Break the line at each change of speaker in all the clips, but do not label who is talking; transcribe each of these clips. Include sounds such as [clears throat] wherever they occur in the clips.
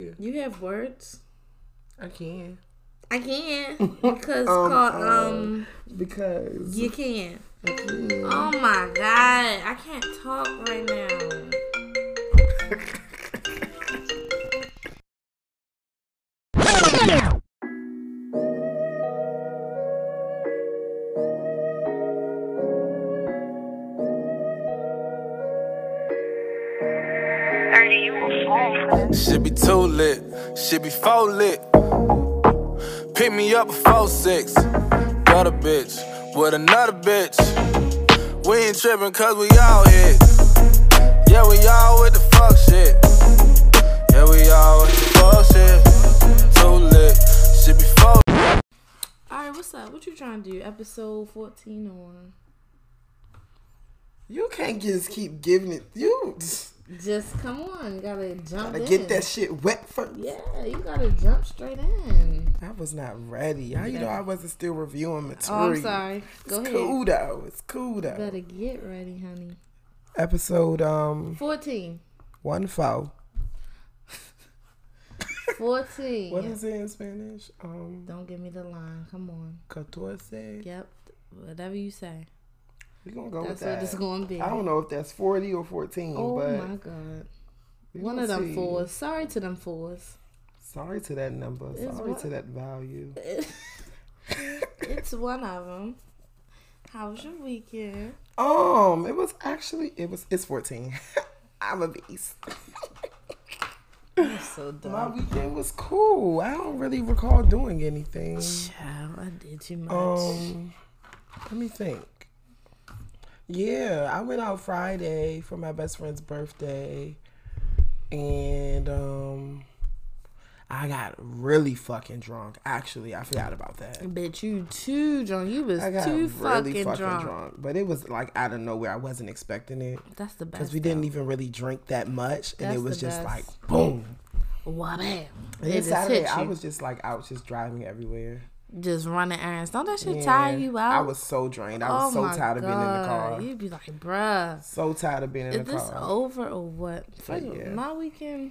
Yeah.
You have words.
I can.
I can
[laughs]
because called, um
Because.
you can.
I can.
Oh my god, I can't talk right now.
Should be too lit, should be full lit. Pick me up before six. Got a bitch with another bitch. We ain't trippin' cause we all hit. Yeah, we all with the fuck shit. Yeah, we all with the fuck shit. Too lit, should be full
All right, what's up? What you trying to do? Episode fourteen or
You can't just keep giving it. You
just come on? You gotta jump.
gotta
in.
get that shit wet first.
Yeah, you gotta jump straight in.
I was not ready. How you know I wasn't still reviewing
Oh,
material?
I'm sorry. Go
it's
ahead.
cool though. It's cool though.
Better get ready, honey.
Episode um
Fourteen.
one foul.
Fourteen.
What is it in Spanish? Um,
Don't give me the line. Come on.
catorce.
Yep. Whatever you say.
We gonna go
That's
with that.
what it's gonna be.
I don't know if that's forty or fourteen,
Oh
but
my god.
we
One
gonna
of them
see.
fours. Sorry to them fours.
Sorry to that number.
It's
Sorry
what-
to
[laughs]
that value.
It's one of them. How was your
[sighs]
weekend?
Um, it was actually it was it's fourteen. [laughs] I'm a beast.
So
My
dumb.
weekend was cool. I don't really recall doing anything.
Child, I did too much.
Um, let me think. Yeah, I went out Friday for my best friend's birthday, and um, I got really fucking drunk. Actually, I forgot about that.
Bitch, you too drunk. You was
I got
too
really
fucking, drunk.
but it was like out of nowhere. I wasn't expecting it
That's the best.
because we didn't even really drink that much, and
That's
it was
the
just like
best.
boom.
Wow, bam.
And
It just
e- Saturday,
hit
I
you.
was just like out, just driving everywhere.
just running errands. Don't that shit tire
Yeah.
you out? Oh
I was so drained. I was so tired of being in the car.
You'd be like, bruh,
So tired of being in
is
the
this
car.
over or what? First of all,
yeah.
My weekend,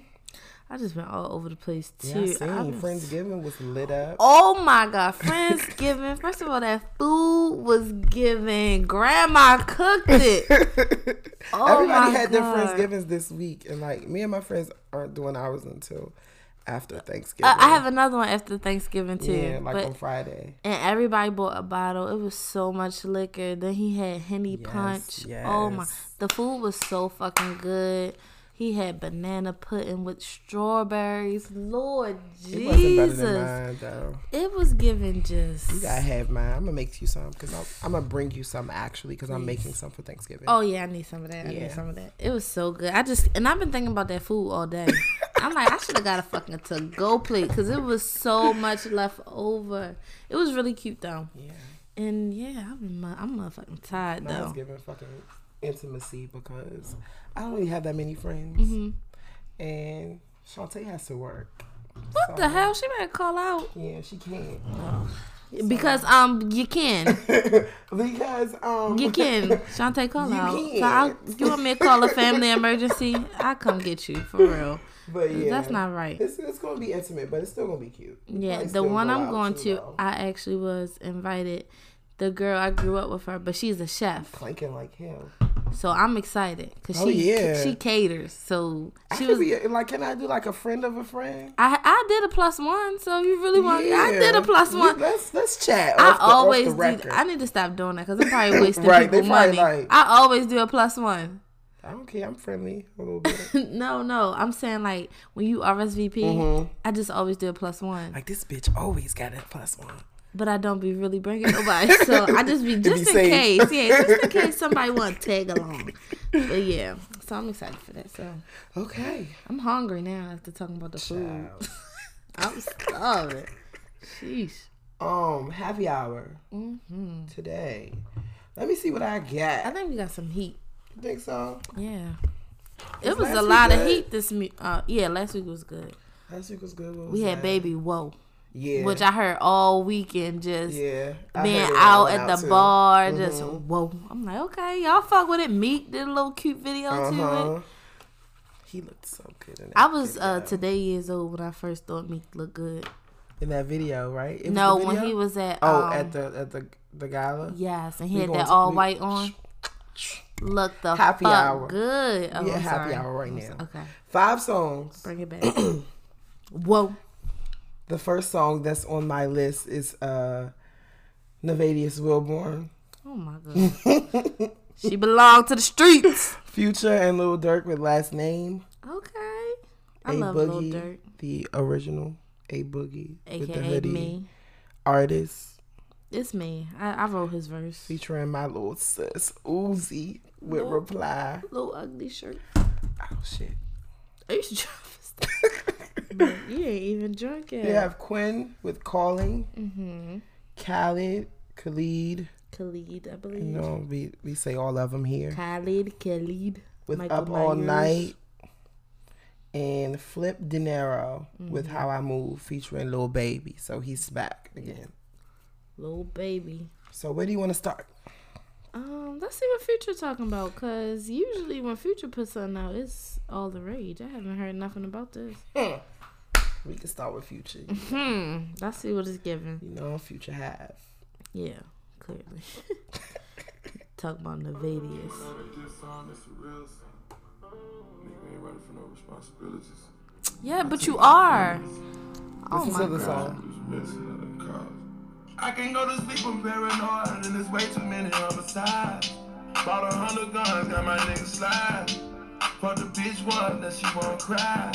I just been all over the place
Yeah, I
too. I
seen
been-
Friendsgiving was lit up. [laughs]
Oh my god, Friendsgiving. First of all, that food was given. Grandma cooked
[laughs]
it.
Everybody
Oh my
had their
God.
Friendsgivings this week, and like me and my friends aren't doing ours until after Thanksgiving.
Uh, I I have another one after Thanksgiving too.
yeah, like
but
on Friday.
and everybody bought a bottle. It was so much liquor. Then he had henny punch. Oh my!
yes.
The food was so fucking good. He had banana pudding with strawberries. Lord
It wasn't better
Jesus,
than mine though.
it was giving just.
You gotta have mine. I'm gonna make you some because I'm, I'm gonna bring you some actually because I'm making some for Thanksgiving.
Oh yeah, I need some of that. I need
Yeah.
some of that. It was so good. I just and I've been thinking about that food all
[laughs]
day. I'm like, I should have got a fucking to go plate because it was so much left over. It was really cute though.
yeah,
And yeah, I've been, mu- I'm motherfucking tired
mine's
though.
giving fucking intimacy because I don't really have that many friends,
Mm-hmm.
and Shantae has to work.
What the hell? She better call out
Yeah, she can't. [laughs]
because um you can
because um
you
[laughs]
can Shantae call
You
out.
can.
So I'll, you want me to call a family emergency? I come get you for real.
but yeah
That's not right.
it's, it's gonna be intimate but it's still gonna be cute We
Yeah,
probably
the
still
one
go
I'm
out
going
too,
to,
though.
I actually was invited. The girl I grew up with her, but she's a chef,
clanking like hell
so I'm excited because
Oh,
she
yeah.
she caters. So
I
she was.
could be like can I do like a friend of a friend
I I did a plus one, so if you really want? I did a plus
We-
one.
let's let's chat
I
off the,
always
off
do.
the record.
I need to stop doing that because I'm
[laughs]
probably wasting
Right, they
people
probably
money.
like-
I always do a plus one. [laughs]
I don't care I'm friendly a little bit
no, no, I'm saying like when you RSVP,
Mm-hmm.
I just always do a plus one.
like this bitch always got a plus one
but I don't be really
[laughs]
bringing nobody. So I just be just in
safe.
case, yeah, just in case somebody
[laughs]
want to tag along. But yeah, so I'm excited for that. So
okay
I'm hungry now after talking about the food.
Child.
[laughs] I'm starving. Sheesh. Mm-hmm.
um happy hour
Mm.
today let me see what I
I
get
think we got some heat.
you think so
Yeah. It was
last
a
week
lot of
good?
heat this me- uh yeah, last week was good.
last week was good what
We
was
had
that?
baby whoa,
yeah
which I heard all weekend just
yeah I
being
heard it
out
all
at the
too. Mm-hmm.
bar, just
Uh-huh.
whoa. I'm like, okay, y'all fuck with it. Meek did a little cute video to it.
He looked so good in that.
I was
video.
uh, today years old when I first thought Meek looked good.
in that video, right? It was
no,
the
when
video?
he was at
oh
um,
at the at the the gala.
yes, and he
We
had
going
that
to-
all
we-
white on. Look the
Happy
fuck
hour.
good. Oh,
We at
I'm
happy
sorry.
hour right
I'm so-
now.
Okay,
Five songs.
bring it
[clears throat]
back. Whoa,
The first song that's on my list is uh Navadius Wilborn.
oh my god, she belonged to the streets.
Future and Lil Durk with last name.
Okay, I
A
love Lil
Boogie,
Durk,
the original. A Boogie, with the
aka
hoodie.
me.
Artist
It's me. I, I wrote his verse.
featuring my little sis Uzi with
Lil-
reply.
Little ugly shirt.
Oh shit.
Are you drunk?
[laughs]
[laughs] You ain't even drunk yet.
You have Quinn with Calling,
Mm-hmm.
Khaled, Khalid.
Khalid, I believe.
You know, we, we say all of them here.
Khalid, Khalid.
With
Michael
Up All
Myers.
Night and Flip De Niro with
Mm-hmm.
How I Move featuring Lil Baby. So he's back again.
Little baby.
So where do you want to start?
Um, let's see what Future talking about, cause usually when Future puts something out, it's all the rage. I haven't heard nothing about this.
We can start with Future.
[laughs] Hmm. Let's see what it's giving.
You know, Future have.
Yeah,
[laughs]
clearly. Talk about Nevadius.
This song is real son. Nigga ain't running for no responsibilities.
Yeah, but you are. Oh
Listen
my
to the
god.
song.
Just missing out in college. I can go to sleep, I'm paranoid, and there's way too many homicides. Bought a hundred guns, got my nigga slide. Fuck the bitch one, that she won't cry.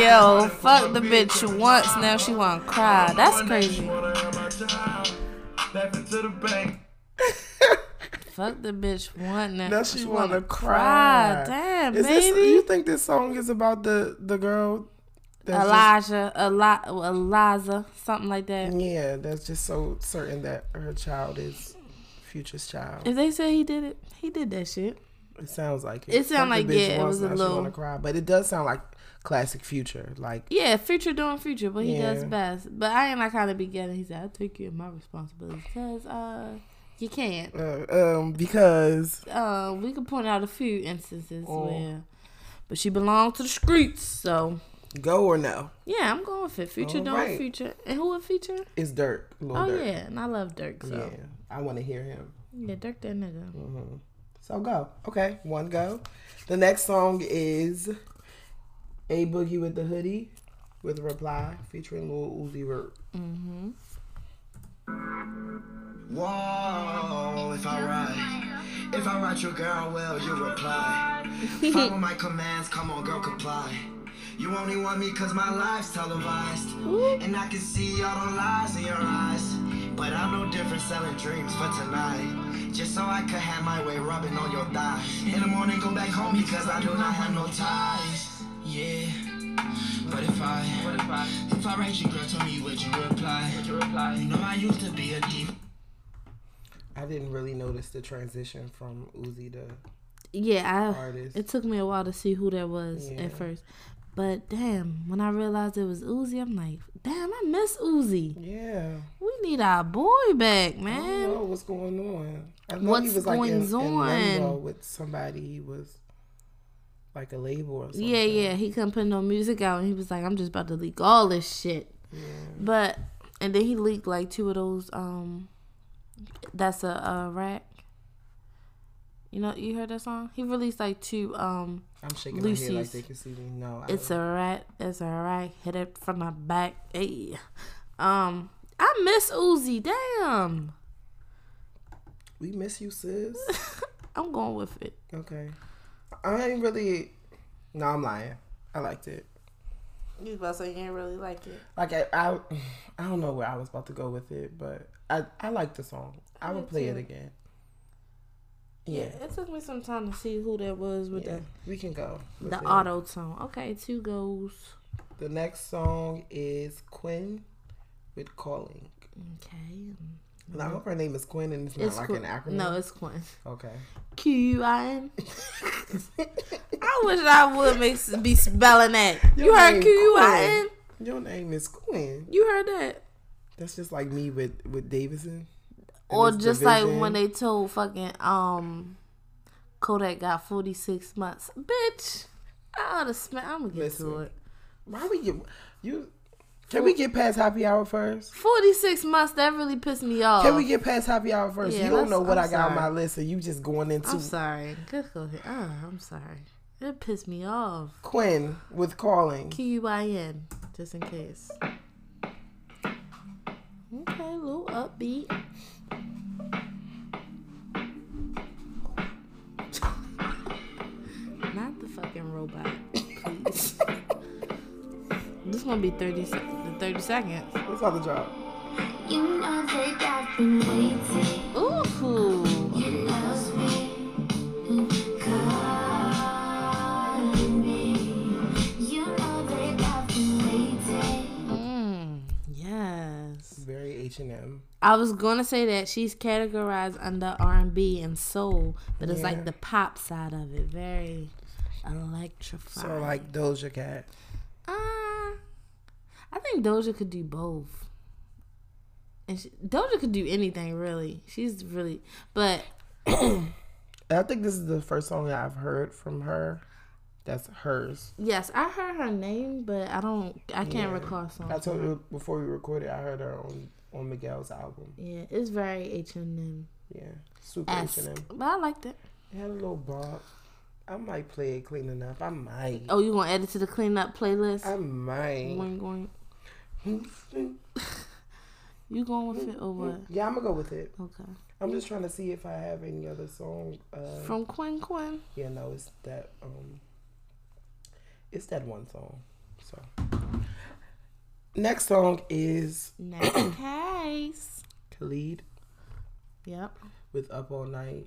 Yo, fuck the bitch once, now she wanna cry. That's crazy.
Laughing to uh, the bank.
Fuck the bitch once, now,
Now she
wanna,
wanna
cry.
cry.
Damn,
Is this,
baby.
you think this song is about the, the girl? That's
Elijah, Eli- Eliza, something like that.
Just, yeah, that's just so certain that her child is Future's child.
If they say he did it, he did that shit.
It sounds like
It sound like,
Fuck the bitch
yeah, it
once,
was a
now she
little-
wanna cry, but it does sound like classic future. Like
Yeah, future doing future, but he does
Yeah.
best. But I ain't like how to begin. He said, "I take you in my responsibility because uh, you can't."
uh, um because
Uh, we could point out a few instances
Oh.
where, but she belonged to the streets, so
go or no
yeah, I'm going with it. Future
All
doing
right.
future, and who a future?
is Dirk. Lil
Oh
Durk.
yeah, and I love Dirk so.
yeah. I want to hear him. Mm-hmm.
Yeah, Dirk that nigga.
So go. Okay, one go. The next song is a boogie with the hoodie with reply featuring Lil Uzi Vert.
Whoa, if I ride, if I ride your girl, well, you reply. Follow my commands, come on, girl, comply. You only want me cause my life's televised.
Mm.
And I can see all the lies in your eyes. But I'm no different selling dreams for tonight. Just so I could have my way rubbing on your thigh. In the morning, go back home because I do not have no ties. Yeah. But if I, if I, if I write you, girl, tell me would you reply? Would you reply? You know I used to be a deep.
I didn't really notice the transition from Uzi to
Yeah, I,
Artist.
it took me a while to see who that was
Yeah.
at first. But damn, when I realized it was Uzi, I'm like, damn, I miss Uzi.
yeah.
We need our boy back,
I don't
man.
know what's going on. I know he
What's
was like in,
goings
in limbo
on?
with somebody. He was like a label or something.
Yeah, yeah. He couldn't put no music out, and he was like, I'm just about to leak all this shit. But and then he leaked like two of those. Um, that's a, a rack. You know, you heard that song. He released like two. Um,
I'm shaking my head like
Lucy's.
they can see me. No, I
It's alright. It's alright. Hit it from my back. Hey. Um, I miss Uzi. Damn. [laughs]
We miss you, sis.
I'm going with it.
okay. I ain't really. No, I'm lying. I liked it.
You about to say you ain't really like it.
Like I, I, [sighs] I don't know where I was about to go with it, but I, I like the song. I would
Me
play it
too.
again.
Yeah.
Yeah,
It took me some time to see who that was with
yeah. We can go.
the
with
the
it.
auto tone. Okay, two goes.
The next song is Quinn with Calling.
Okay.
And I hope her name is Quinn and it's not
It's
like
Quin-
an acronym.
No, it's Quinn.
Okay. [laughs]
Q U I N. I wish I would make be spelling that. You
Your
heard
name
Q U I N.
Your name is Quinn.
You heard that.
That's just like me with with Davidson.
or
it's
just
division.
like when they told fucking um Kodak got 46 months. Bitch, I oughta smack. I'm gonna get to
Listen.
it.
Why we get you? Can we get past happy hour first?
46 months, that really pissed me off.
Can we get past happy hour first?
Oh. Yeah,
you don't
let's-
know what
I'm
i got on my
sorry.
list, and you just going into
I'm sorry. Just go ahead. Ah, I'm sorry. It pissed me off.
Quinn with calling.
Q-U-I-N, just in case. Okay, a little upbeat. Not the fucking robot, please. this gonna be 30, sec- the 30 seconds.
What's other job?
You know that I've been waiting.
Ooh.
It loves me. Calling me. You know that I've been waiting.
Mm, yes.
Very H and M.
I was gonna say that she's categorized under R and B and soul, but it's
Yeah.
like the pop side of it, very electrified.
So like Doja Cat.
uh, I think Doja could do both. And she, Doja could do anything really. She's really, but
I think this is the first song that I've heard from her. That's hers.
yes, I heard her name, but I don't, I can't recall songs.
I told you before we recorded. I heard her on on Miguel's album.
yeah, it's very H and M
Yeah, super H
esque,
and M.
but I liked it.
Had a little bop. I might play it cleaning up. I might.
Oh, you gonna add it to the cleanup playlist?
I might.
Going, going. You going
Mm,
with it or what?
[laughs] yeah, I'm gonna go with it.
Okay.
I'm just trying to see if I have any other song. Uh,
From Quinn Quinn.
yeah, no, it's that. Um, it's that one song. So, next song is
[clears throat] Next case.
Khalid
Yep.
with "Up All Night."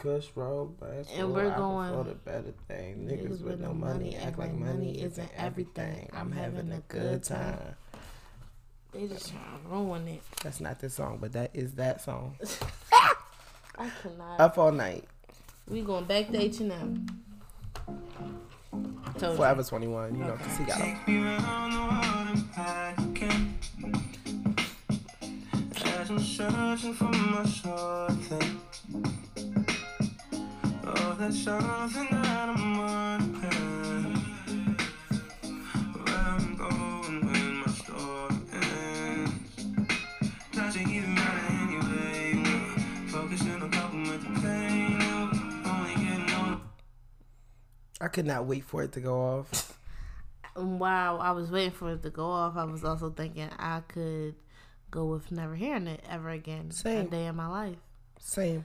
Kush roll, but
And we're going-
for the better thing. Niggas with no money act like money isn't everything. I'm having a good time.
They just trying to ruin it.
That's not this song, but that is that song.
I cannot.
Up all night,
we going back to H and M. Told you.
forever twenty one. You know, cause he got.
Take me around the world and back again. As I'm searching for my something. Oh, that something that I'm wondering. Where I'm going when my story ends. Doesn't even matter anyway. Focusing on coping with the pain. Only getting older.
I could not wait for it to go off.
Wow, I was waiting for it to go off. I was also thinking I could go with never hearing it ever again.
Same.
A day in my life.
Same.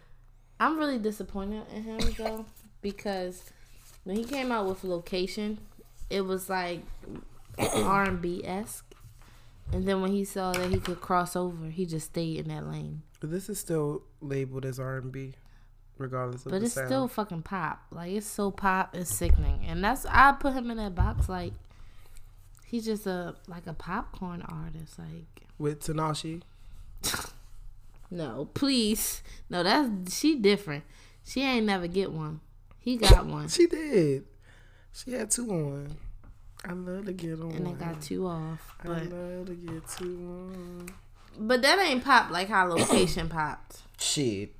I'm really disappointed in him though because when he came out with Location, it was like R and B esque, and then when he saw that he could cross over, he just stayed in that lane.
But this is still labeled as R and B, regardless of
But
the
it's
sound.
still fucking pop. Like it's so pop, it's sickening, and that's I put him in that box. Like he's just a like a popcorn artist. Like
with Tanashi.
no, please, no, that's she different. She ain't never get one. He got
[laughs]
one,
She did. She had two on. I love to get on.
and it got two off.
I
But
love to get two on.
But that ain't pop like how location [coughs] popped.
Shit.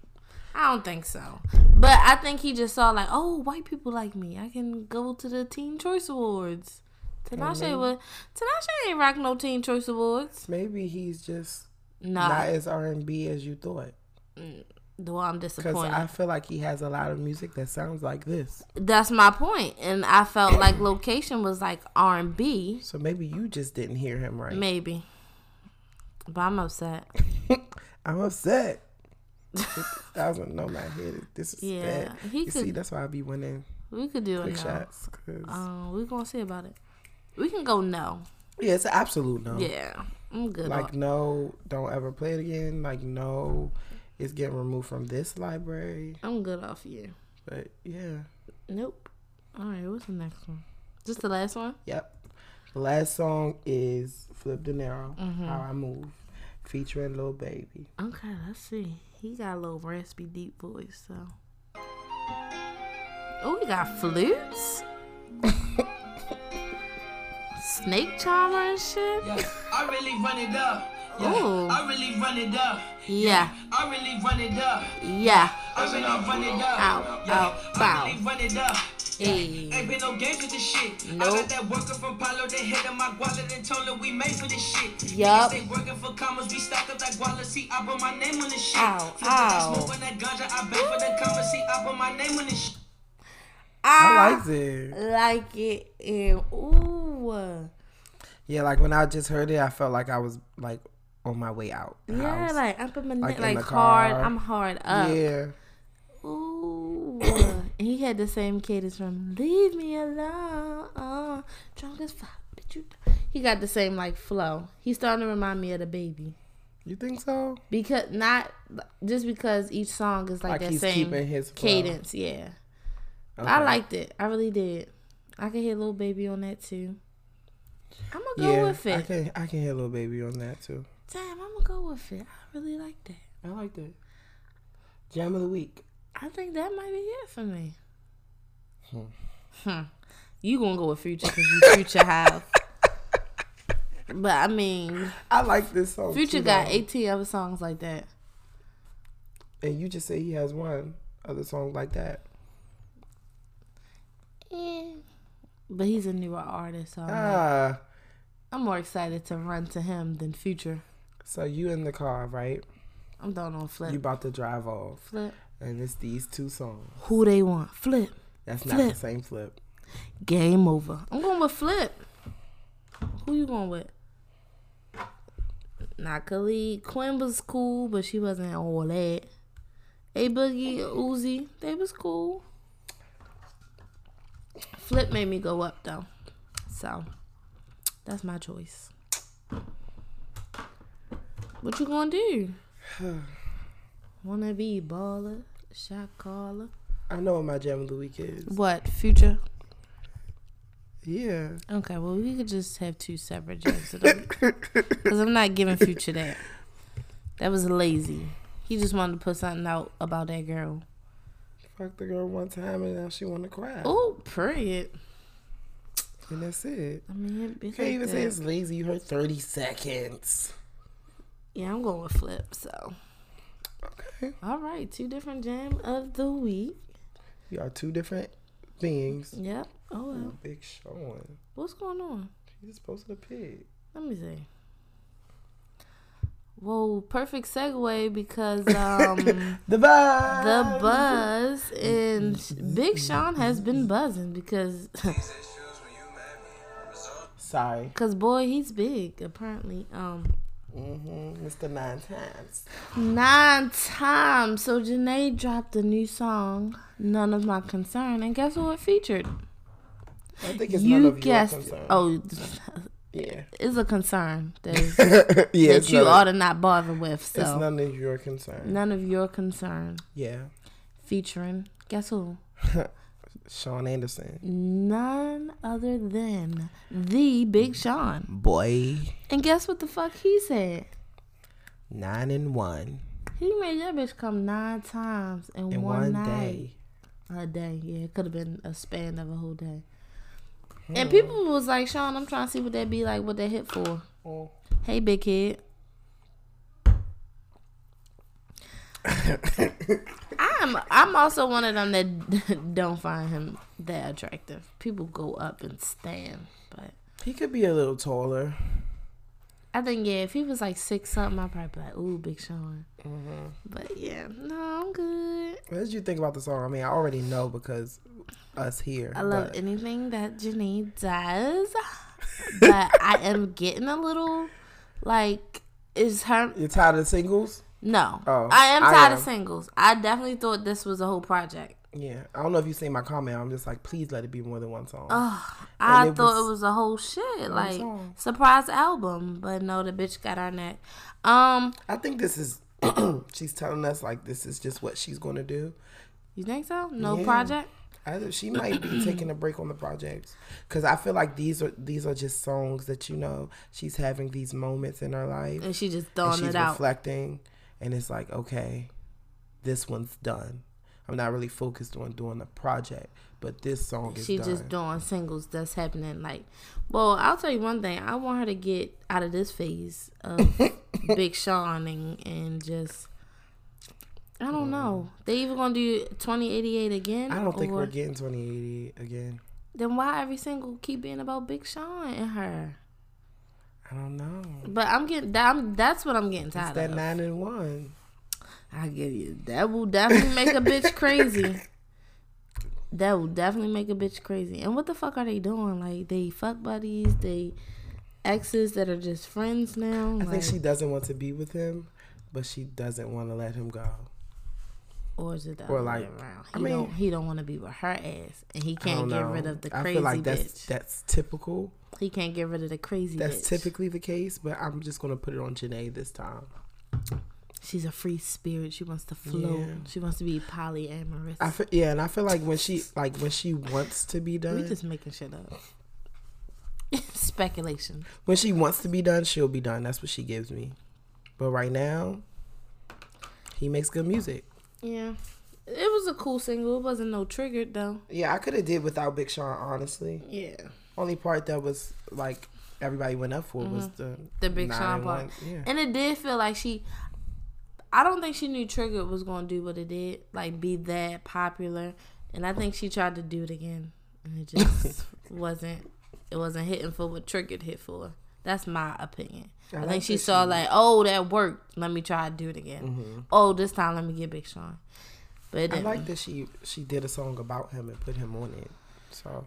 I don't think so. But I think he just saw like, oh, white people like me. I can go to the Teen Choice Awards. Tinashe was Tinashe ain't rock no Teen Choice Awards.
Maybe he's just not
Nah,
as R and B as you thought.
well, I'm
Because
disappointed.
I feel like he has a lot of music that sounds like this.
That's my point, and I felt like location was like R and B,
So maybe you just didn't hear him right.
maybe. But I'm upset.
I'm upset. Thousand no my head. This is
Yeah,
bad.
he
you see,
could-
that's why I be winning
We could do
quick
it now.
shots. 'cause-
Um, we're gonna see about it. We can go no.
yeah, it's an absolute no.
Yeah, I'm good. on-
Oh. Like no, don't ever play it again. Like no, it's getting removed from this library.
I'm good off you.
But yeah,
Nope. All right, what's the next one? Just the last one?
yep. The last song is Flip De Niro,
Mm-hmm.
How I Move, featuring Lil Baby.
Okay, let's see. He got a little raspy, deep voice, so. Oh, he got
[laughs]
flutes? Snake charmer and shit?
Yeah, I really run it up. Yeah,
Ooh.
I really run it up.
Yeah,
I really run it up.
yeah.
I really run it up.
Ow,
Yeah,
ow, bow.
I really run it up. Ain't
Hey.
been no games with this shit. I
Nope.
got that worker from Palo, they hit in my wallet and told her we made for this shit.
Yup.
Niggas, They working for commas, we stocked up like Wallace. See, I put my name on this shit.
Ow,
Flipping
ow.
that smoke on that ganja, I beg for the commas. See, I put my name on this shit.
I
I liked it.
like it. And ooh.
Yeah, like when I just heard it, I felt like I was like on my way out. the
Yeah,
house.
like I'm putting my neck
Like in
like
the
hard.
car.
I'm hard up.
yeah.
Ooh. and he had the same cadence from Leave Me Alone. drunk as fuck. But you he got the same like flow. He's starting to remind me of the baby.
You think so?
Because not just because each song is like,
Like
that
he's
same
keeping his flow.
cadence, yeah. I liked it. I really did. I could hear little baby on that too. I'm gonna go
Yeah,
with
I
it.
can I can hear little baby on that too.
Damn, I'm gonna go with it. I really like that.
I like that. Jam of the week.
I think that might be it for me. Hmm. You gonna go with future because you
[laughs]
future have. But I mean,
I like this song.
Future
too,
got
though.
18 other songs like that.
and you just say he has one other song like that.
But he's a newer artist, so I'm, like,
Ah,
I'm more excited to run to him than Future.
so you in the car, right?
I'm throwing on Flip.
You about to drive off,
flip.
and it's these two songs.
Who they want? Flip.
That's not
Flip.
the same flip.
Game over. I'm going with Flip. Who you going with? Not Khalid. Quinn was cool, but she wasn't all that. A Boogie, Uzi, they was cool. Flip made me go up though, so that's my choice. What you gonna [sighs] do? Wanna be baller, shot caller?
I know what my jam of the week is.
What future?
Yeah.
Okay, well, we could just have two separate jokes. Because I'm not giving Future that. That was lazy. He just wanted to put something out about that girl.
Fucked the girl one time and now she wanna cry.
Oh, period.
And that's it.
I mean, it's
Can't
like
even
that.
say it's lazy. You heard 30 seconds.
Yeah, I'm going with Flip, so.
Okay.
All right, two different jam of the week.
You are two different things.
Yep. Oh, well.
Big showing.
What's going on?
She just posted a pig.
Let me see. Well, perfect segue
[laughs]
because um,
The vibe.
the buzz and Big Sean has been buzzing because [laughs]
Sorry.
Cause boy, he's big apparently. Um,
Mm-hmm. Mr. Nine Times.
nine times. So Janae dropped a new song, "None of My Concern," and guess who it featured?
I think it's none
you
of
guessed.
your concern.
Oh, [laughs]
yeah.
it's a concern that,
[laughs] yeah,
that
it's
you
none,
ought
of,
to not bother with.
it's
So
none of your concern.
none of your concern
Yeah.
featuring guess who?
Sean Anderson.
Mm. None other than the Big Sean.
Boy.
And guess what the fuck he said?
Nine and one.
He made that bitch come nine times in,
In
one,
one,
night.
day.
A day, yeah. It could have been a span of a whole day. And people was like, Sean, I'm trying to see what that be like, what that hit for.
Mm.
Hey, big kid. I'm I'm also one of them that [laughs] don't find him that attractive. People go up and stand, but
He could be a little taller.
I think yeah, if he was like six something, I'd probably be like, ooh, Big Sean. But yeah, no, I'm good.
What did you think about the song? I mean, I already know because us here.
I love
but
anything that Janae
[laughs]
does, but I am getting a little like is her
You're tired of the singles?
no.
Oh,
I am
I
tired of
am.
singles. I definitely thought this was a whole project.
Yeah. I don't know if you seen my comment. I'm just like, please let it be more than one song.
I
And it
thought
was
it was a whole shit like
song.
surprise album, but no, the bitch got our neck. Um,
I think this is, [clears throat] she's telling us like this is just what she's going to do.
you think so? No
Yeah.
project.
I, think she
[clears throat]
might be taking a break on the projects because I feel like these are these are just songs that you know she's having these moments in her life
Mm-hmm. And she just
and
throwing
she's
it out.
reflecting and it's like okay, this one's done. I'm not really focused on doing the project, but this song is
she
done.
just doing singles that's happening like well i'll tell you one thing i want her to get out of
[laughs]
this phase of big sean and, and just I don't know. They even gonna do twenty eighty eight again?
Mm. I don't think
or-
we're getting 2080 again.
Then why every single keep being about Big Sean and her?
I don't know.
But I'm getting that. I'm, that's what I'm getting
It's
tired
that
of.
nine and one.
I give you that will definitely make a
[laughs]
bitch crazy. That will definitely make a bitch crazy. And what the fuck are they doing? Like they fuck buddies. They exes that are just friends now.
I think
like-
she doesn't want to be with him, but she doesn't want to let him go.
Or is it the
Or
other
like-
way around? He
I mean-
don't he don't want to be with her ass, and he
I
can't
don't
get
know.
rid of the
I
crazy
feel like that's
bitch.
that's typical.
he can't get rid of the crazy.
That's
bitch.
typically the case, but I'm just gonna put it on Janae this time.
She's a free spirit. She wants to float.
Yeah.
She wants to be polyamorous.
I feel, yeah, and I feel like when she like when she wants to be
we
done,
just making shit up. [laughs] Speculation.
when she wants to be done, she'll be done. That's what she gives me. But right now, he makes good music.
Yeah, it was a cool single. It wasn't no triggered though.
Yeah, I could have did without Big Sean, honestly.
Yeah,
Only part that was like everybody went up for was the
Mm-hmm. the Big
nine
Sean
and
part,
one. Yeah.
and it did feel like she. I don't think she knew Triggered was gonna do what it did, like be that popular, and I think she tried to do it again, and it
[laughs]
just wasn't. It wasn't hitting for what Triggered hit for. That's my opinion. I,
like
think she
that
saw like, oh, that worked. Let me try to do it again.
Mm-hmm.
Oh, this time let me get Big Sean. But it
I
didn't.
like that she she did a song about him and put him on it. So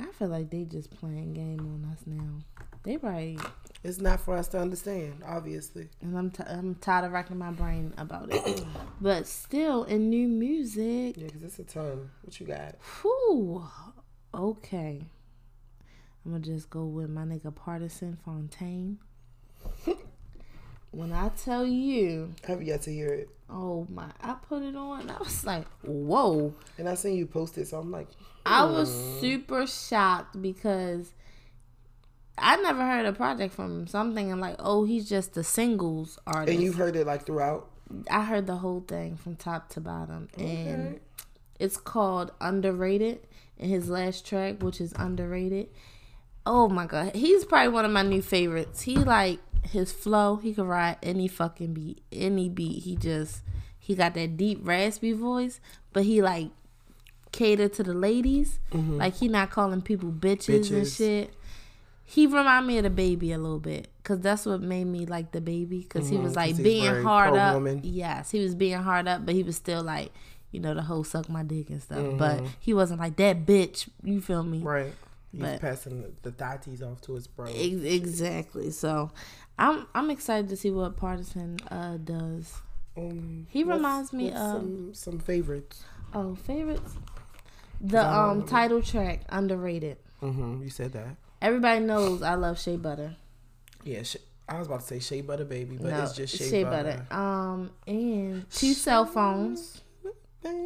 I feel like they just playing game on us now. They probably
it's not for us to understand, obviously.
and I'm, t- I'm tired of racking my brain about it. [clears throat] but still, in new music,
Yeah, because it's a ton. What you got?
whew, okay. I'm gonna just go with my nigga Partisan
[laughs]
Fontaine. when I tell you,
I have yet to hear it.
oh my, I put it on. I was like, whoa.
And I seen you post it, so I'm like,
I was
Mm.
super shocked because I never heard a project from him. So I'm thinking like, oh, he's just a singles artist.
and you've heard it like throughout.
I heard the whole thing from top to bottom, and it's called Underrated. And his last track, which is Underrated, oh my god, he's probably one of my new favorites. He like his flow. He can ride any fucking beat, any beat. He just he got that deep raspy voice, but he like cater to the ladies. Like he not calling people bitches, and
Mm-hmm. Bitches.
shit. He remind me of the baby a little bit, cause that's what made me like the baby, because he was like
Mm-hmm. he's
being
very
hard up.
pro-woman.
Yes, he was being hard up, but he was still like, you know, the whole suck my dick and stuff. But he wasn't like that bitch. You feel me?
Mm-hmm. Right. He's
But-
passing the, the thotties off to his bro.
Ex- exactly. So, I'm I'm excited to see what Partisan uh does.
Um,
He
what's-
reminds me
what's
of
some, some favorites.
oh favorites, the um title track underrated.
Mm-hmm. You said that.
Everybody knows I love Shea Butter.
Yeah, sh- I was about to say Shea Butter Baby, but
No,
it's just Shea,
Shea
Butter.
Um, and two cell phones,
Baby.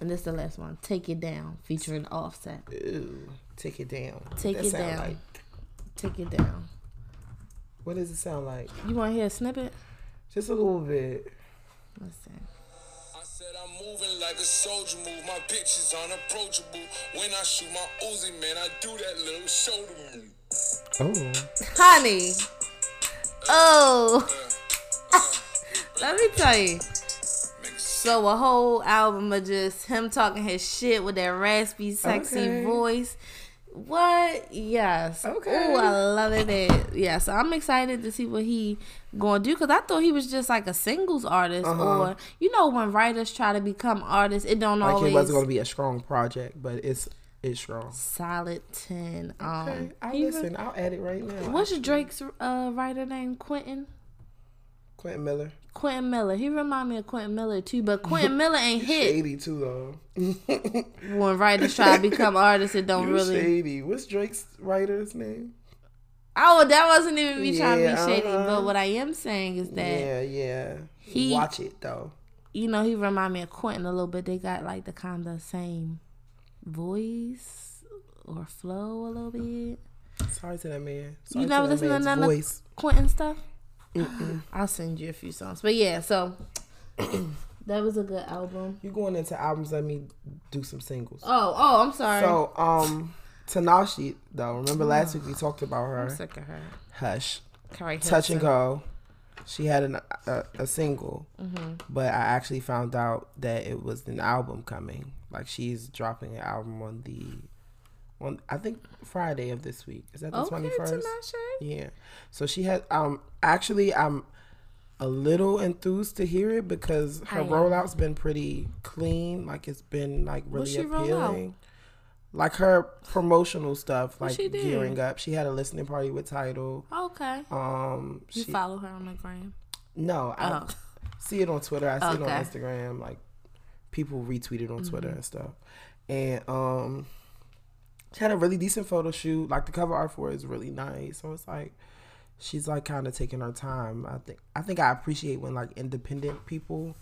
and this the last one. Take it down featuring Offset.
Ooh, take it down.
Take
That
it
sound
down.
Like,
Take it down.
what does it sound like?
You want to hear a snippet?
Just a little bit.
Listen.
I said I'm moving like a soldier move. My bitch is unapproachable. When I shoot my Uzi, man, I do that little shoulder move.
Oh,
Honey. Oh. Let me tell you. So a whole album of just him talking his shit with that raspy, sexy
Okay.
voice. What? Yes.
Okay.
Oh, I love it. That- Yeah. So I'm excited to see what he gonna do because I thought he was just like a singles artist or you know when writers try to become artists, it don't
Uh-huh. like
always
it wasn't gonna be a strong project, but it's it's strong.
solid ten. Um,
Okay, I
he re-
listen. I'll add it right now.
What's Drake's uh, writer name? Quentin.
Quentin Miller?
Quentin Miller. He remind me of Quentin Miller too, but Quentin Miller ain't hit
Shady too
[laughs]
though.
when writers try to become artists. It don't
you
really.
shady. What's Drake's writer's name?
Oh, that wasn't even me trying to
Yeah,
be shady.
uh-huh.
But what I am saying is that
Yeah, yeah.
Eh. He-
Watch it though.
you know he remind me of Quentin a little bit. They got like the kind of same voice or flow a little bit.
Sorry to that man. Sorry
never
to
listen
that
to
man's
none of-
voice.
Quentin stuff. [sighs] I'll send you a few songs, but yeah. So [clears throat] that was a good album.
You going into albums? Let me do some singles.
Oh, oh, I'm sorry.
So, um, Tanashi though. Remember last week we talked about
I'm
her.
sick of her.
Hush.
Carrie
Touch
Hilson.
and go. She had an, a, a single,
Mm-hmm.
but I actually found out that it was an album coming. Like she's dropping an album on the, on I think Friday of this week. Is that the
Okay,
twenty first?
Tinashe.
Yeah. So she had um actually I'm a little enthused to hear it because her
I am.
rollout's been pretty clean. Like it's been like really
she roll out?
appealing. Like her promotional stuff, like
she did?
gearing up. She had a listening party with Title.
Okay.
Um
You
she,
follow her on the gram.
no, I [laughs]
Oh.
see it on Twitter. I see it
Okay. Mm-hmm.
on Instagram. Like people retweet it on Twitter and stuff. And um, she had a really decent photo shoot. Like the cover art for it is really nice. So it's like she's like kind of taking her time. I think I think I appreciate when like independent people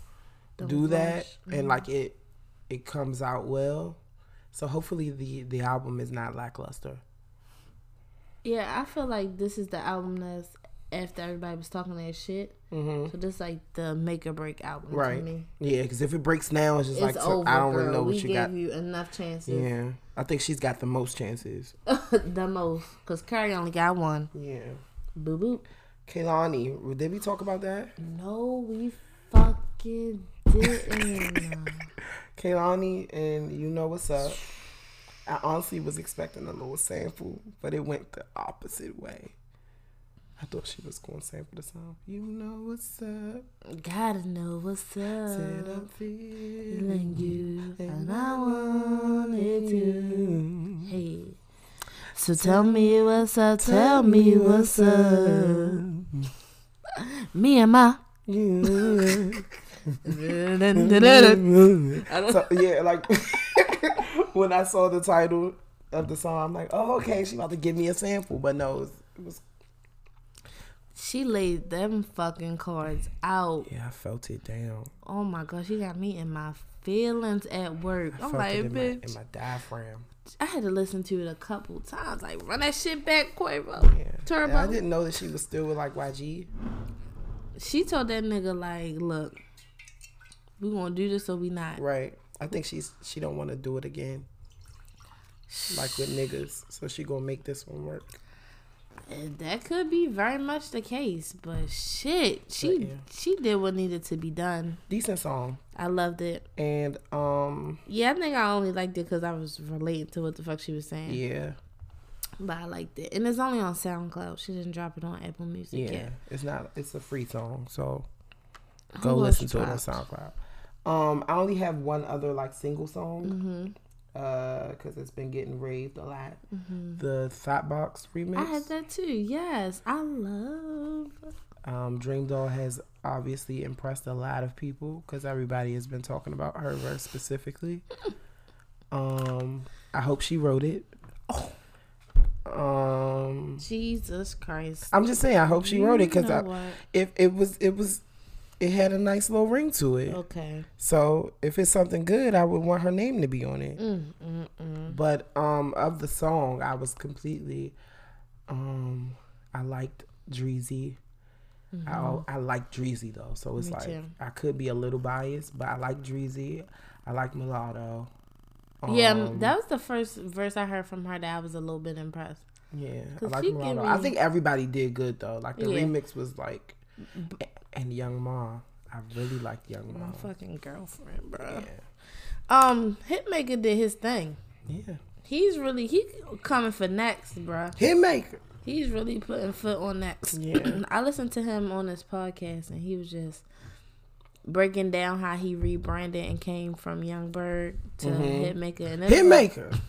do that
Mm-hmm.
and like it it comes out well. So hopefully the the album is not lackluster.
Yeah, I feel like this is the album that's after everybody was talking that shit. So this like the make or break album to
Mm-hmm. Right.
me.
Yeah, because if it breaks down, it's just
It's
like so-
over,
I don't
girl.
really know what
we
you
gave
got.
you enough chances.
yeah, I think she's got the most chances.
[laughs] the most, cause Carrie only got one.
Yeah.
Boo boo.
Kehlani, did we talk about that?
No, we fucking
[laughs]
didn't.
Kehlani and You Know What's Up. I honestly was expecting a little sample, but it went the opposite way. I thought she was going to sample the song. You know what's up.
Gotta know what's
Said
up.
I'm feeling
Feeling you, and I wanted to.
wanted
Hey. So tell me what's up. Tell me what's up. [laughs] Me and my.
you.
Dun-dun-dun-dun.
[laughs] so yeah, like when I saw the title of the song, I'm like, oh okay, she about to give me a sample, but no, it was, it was
she laid them fucking cards out.
yeah, I felt it down.
Oh my gosh, she got me in my feelings at work. I'm
felt it
like,
in my,
bitch.
in my diaphragm.
I had to listen to it a couple times. Like, run that shit back, Quavo.
Yeah.
Turbo.
And I didn't know that she was still with like YG.
She told that nigga, like, look, we gonna do this or we not.
Right. I think she's she don't want to do it again. Like with niggas, so she gonna make this one work.
And That could be very much the case, but shit, she
yeah.
she did what needed to be done.
Decent song,
I loved it.
and um,
Yeah, I think I only liked it because I was relating to what the fuck she was saying.
yeah,
But I liked it, and it's only on SoundCloud. She didn't drop it on Apple Music
yeah,
yet.
It's not. It's a free song, so
Who
go
else
listen to it on
dropped?
SoundCloud. Um, I only have one other like single song,
Mm-hmm.
uh, because it's been getting raved a lot. The Thoughtbox remix.
Mm-hmm. I had that too. Yes, I love.
Um, Dream Doll has obviously impressed a lot of people because everybody has been talking about her verse
[laughs]
specifically. Um, I hope she wrote it.
Oh.
Um,
Jesus Christ.
I'm just saying, I hope she wrote it
You
because
know
I,
what?
if it was, it was, it had a nice little ring to it.
Okay.
So if it's something good, I would want her name to be on it.
Mm,
But um, of the song, I was completely, um, I liked Dreezy. I al- I like Dreezy though, so it's
Mm-hmm. Me too.
like I could be a little biased, but I like Dreezy. I like Mulatto.
Yeah, m-
Um,
that was the first verse I heard from her that I was a little bit impressed.
yeah. I
'cause
like
she
Mulatto.
give
I
me-
think everybody did good though. Like the
Yeah.
remix was like, and Young Ma. I really liked Young Ma.
My fucking girlfriend,
Yeah,
bro. Um, Hitmaker did his thing.
yeah.
He's really he coming for next, bro.
Hitmaker.
He's really putting foot on next.
Yeah.
[clears throat] I listened to him on his podcast and he was just breaking down how he rebranded and came from Young Bird to Hitmaker. And it was like-
Hitmaker.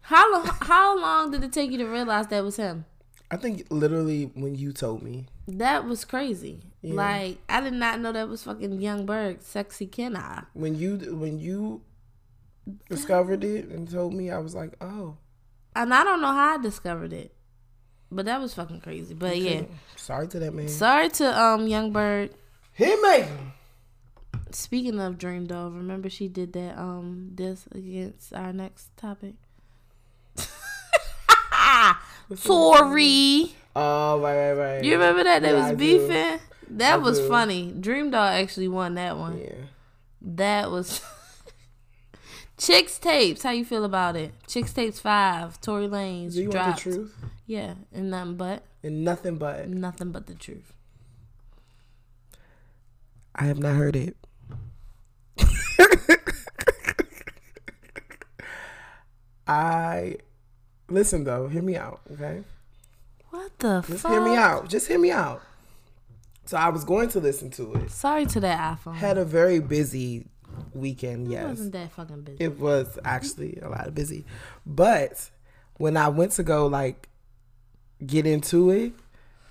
How long? How long did it take you to realize that was him?
I think literally when you told me.
That was crazy. Like I did not know that was fucking Young Bird, sexy Can I?
when you when you discovered it and told me, I was like, oh,
And I don't know how I discovered it, but that was fucking crazy. But yeah,
sorry to that man.
sorry to um Young Bird.
Hitmaker.
Speaking of Dream Doll, remember she did that um this against our next
[laughs]
topic. Sorry,
Oh right, right, right.
you remember that? They
Yeah, I
was
do.
beefing. That
I
was
do.
funny. Dream Doll actually won that one.
Yeah,
That was [laughs] Chicks Tapes. How you feel about it? Chicks Tapes Five. Tory Lanez
do you
dropped.
want the truth
Yeah, and nothing but
and nothing but
nothing but the truth.
I have not heard it. I listen though. Hear me out, okay?
What the
Just
fuck?
hear me out. Just hear me out. So I was going to listen to it.
Sorry to that iPhone.
Had a very busy weekend.
it
Yes,
wasn't that fucking busy.
it was actually a lot of busy. But when I went to go like get into it,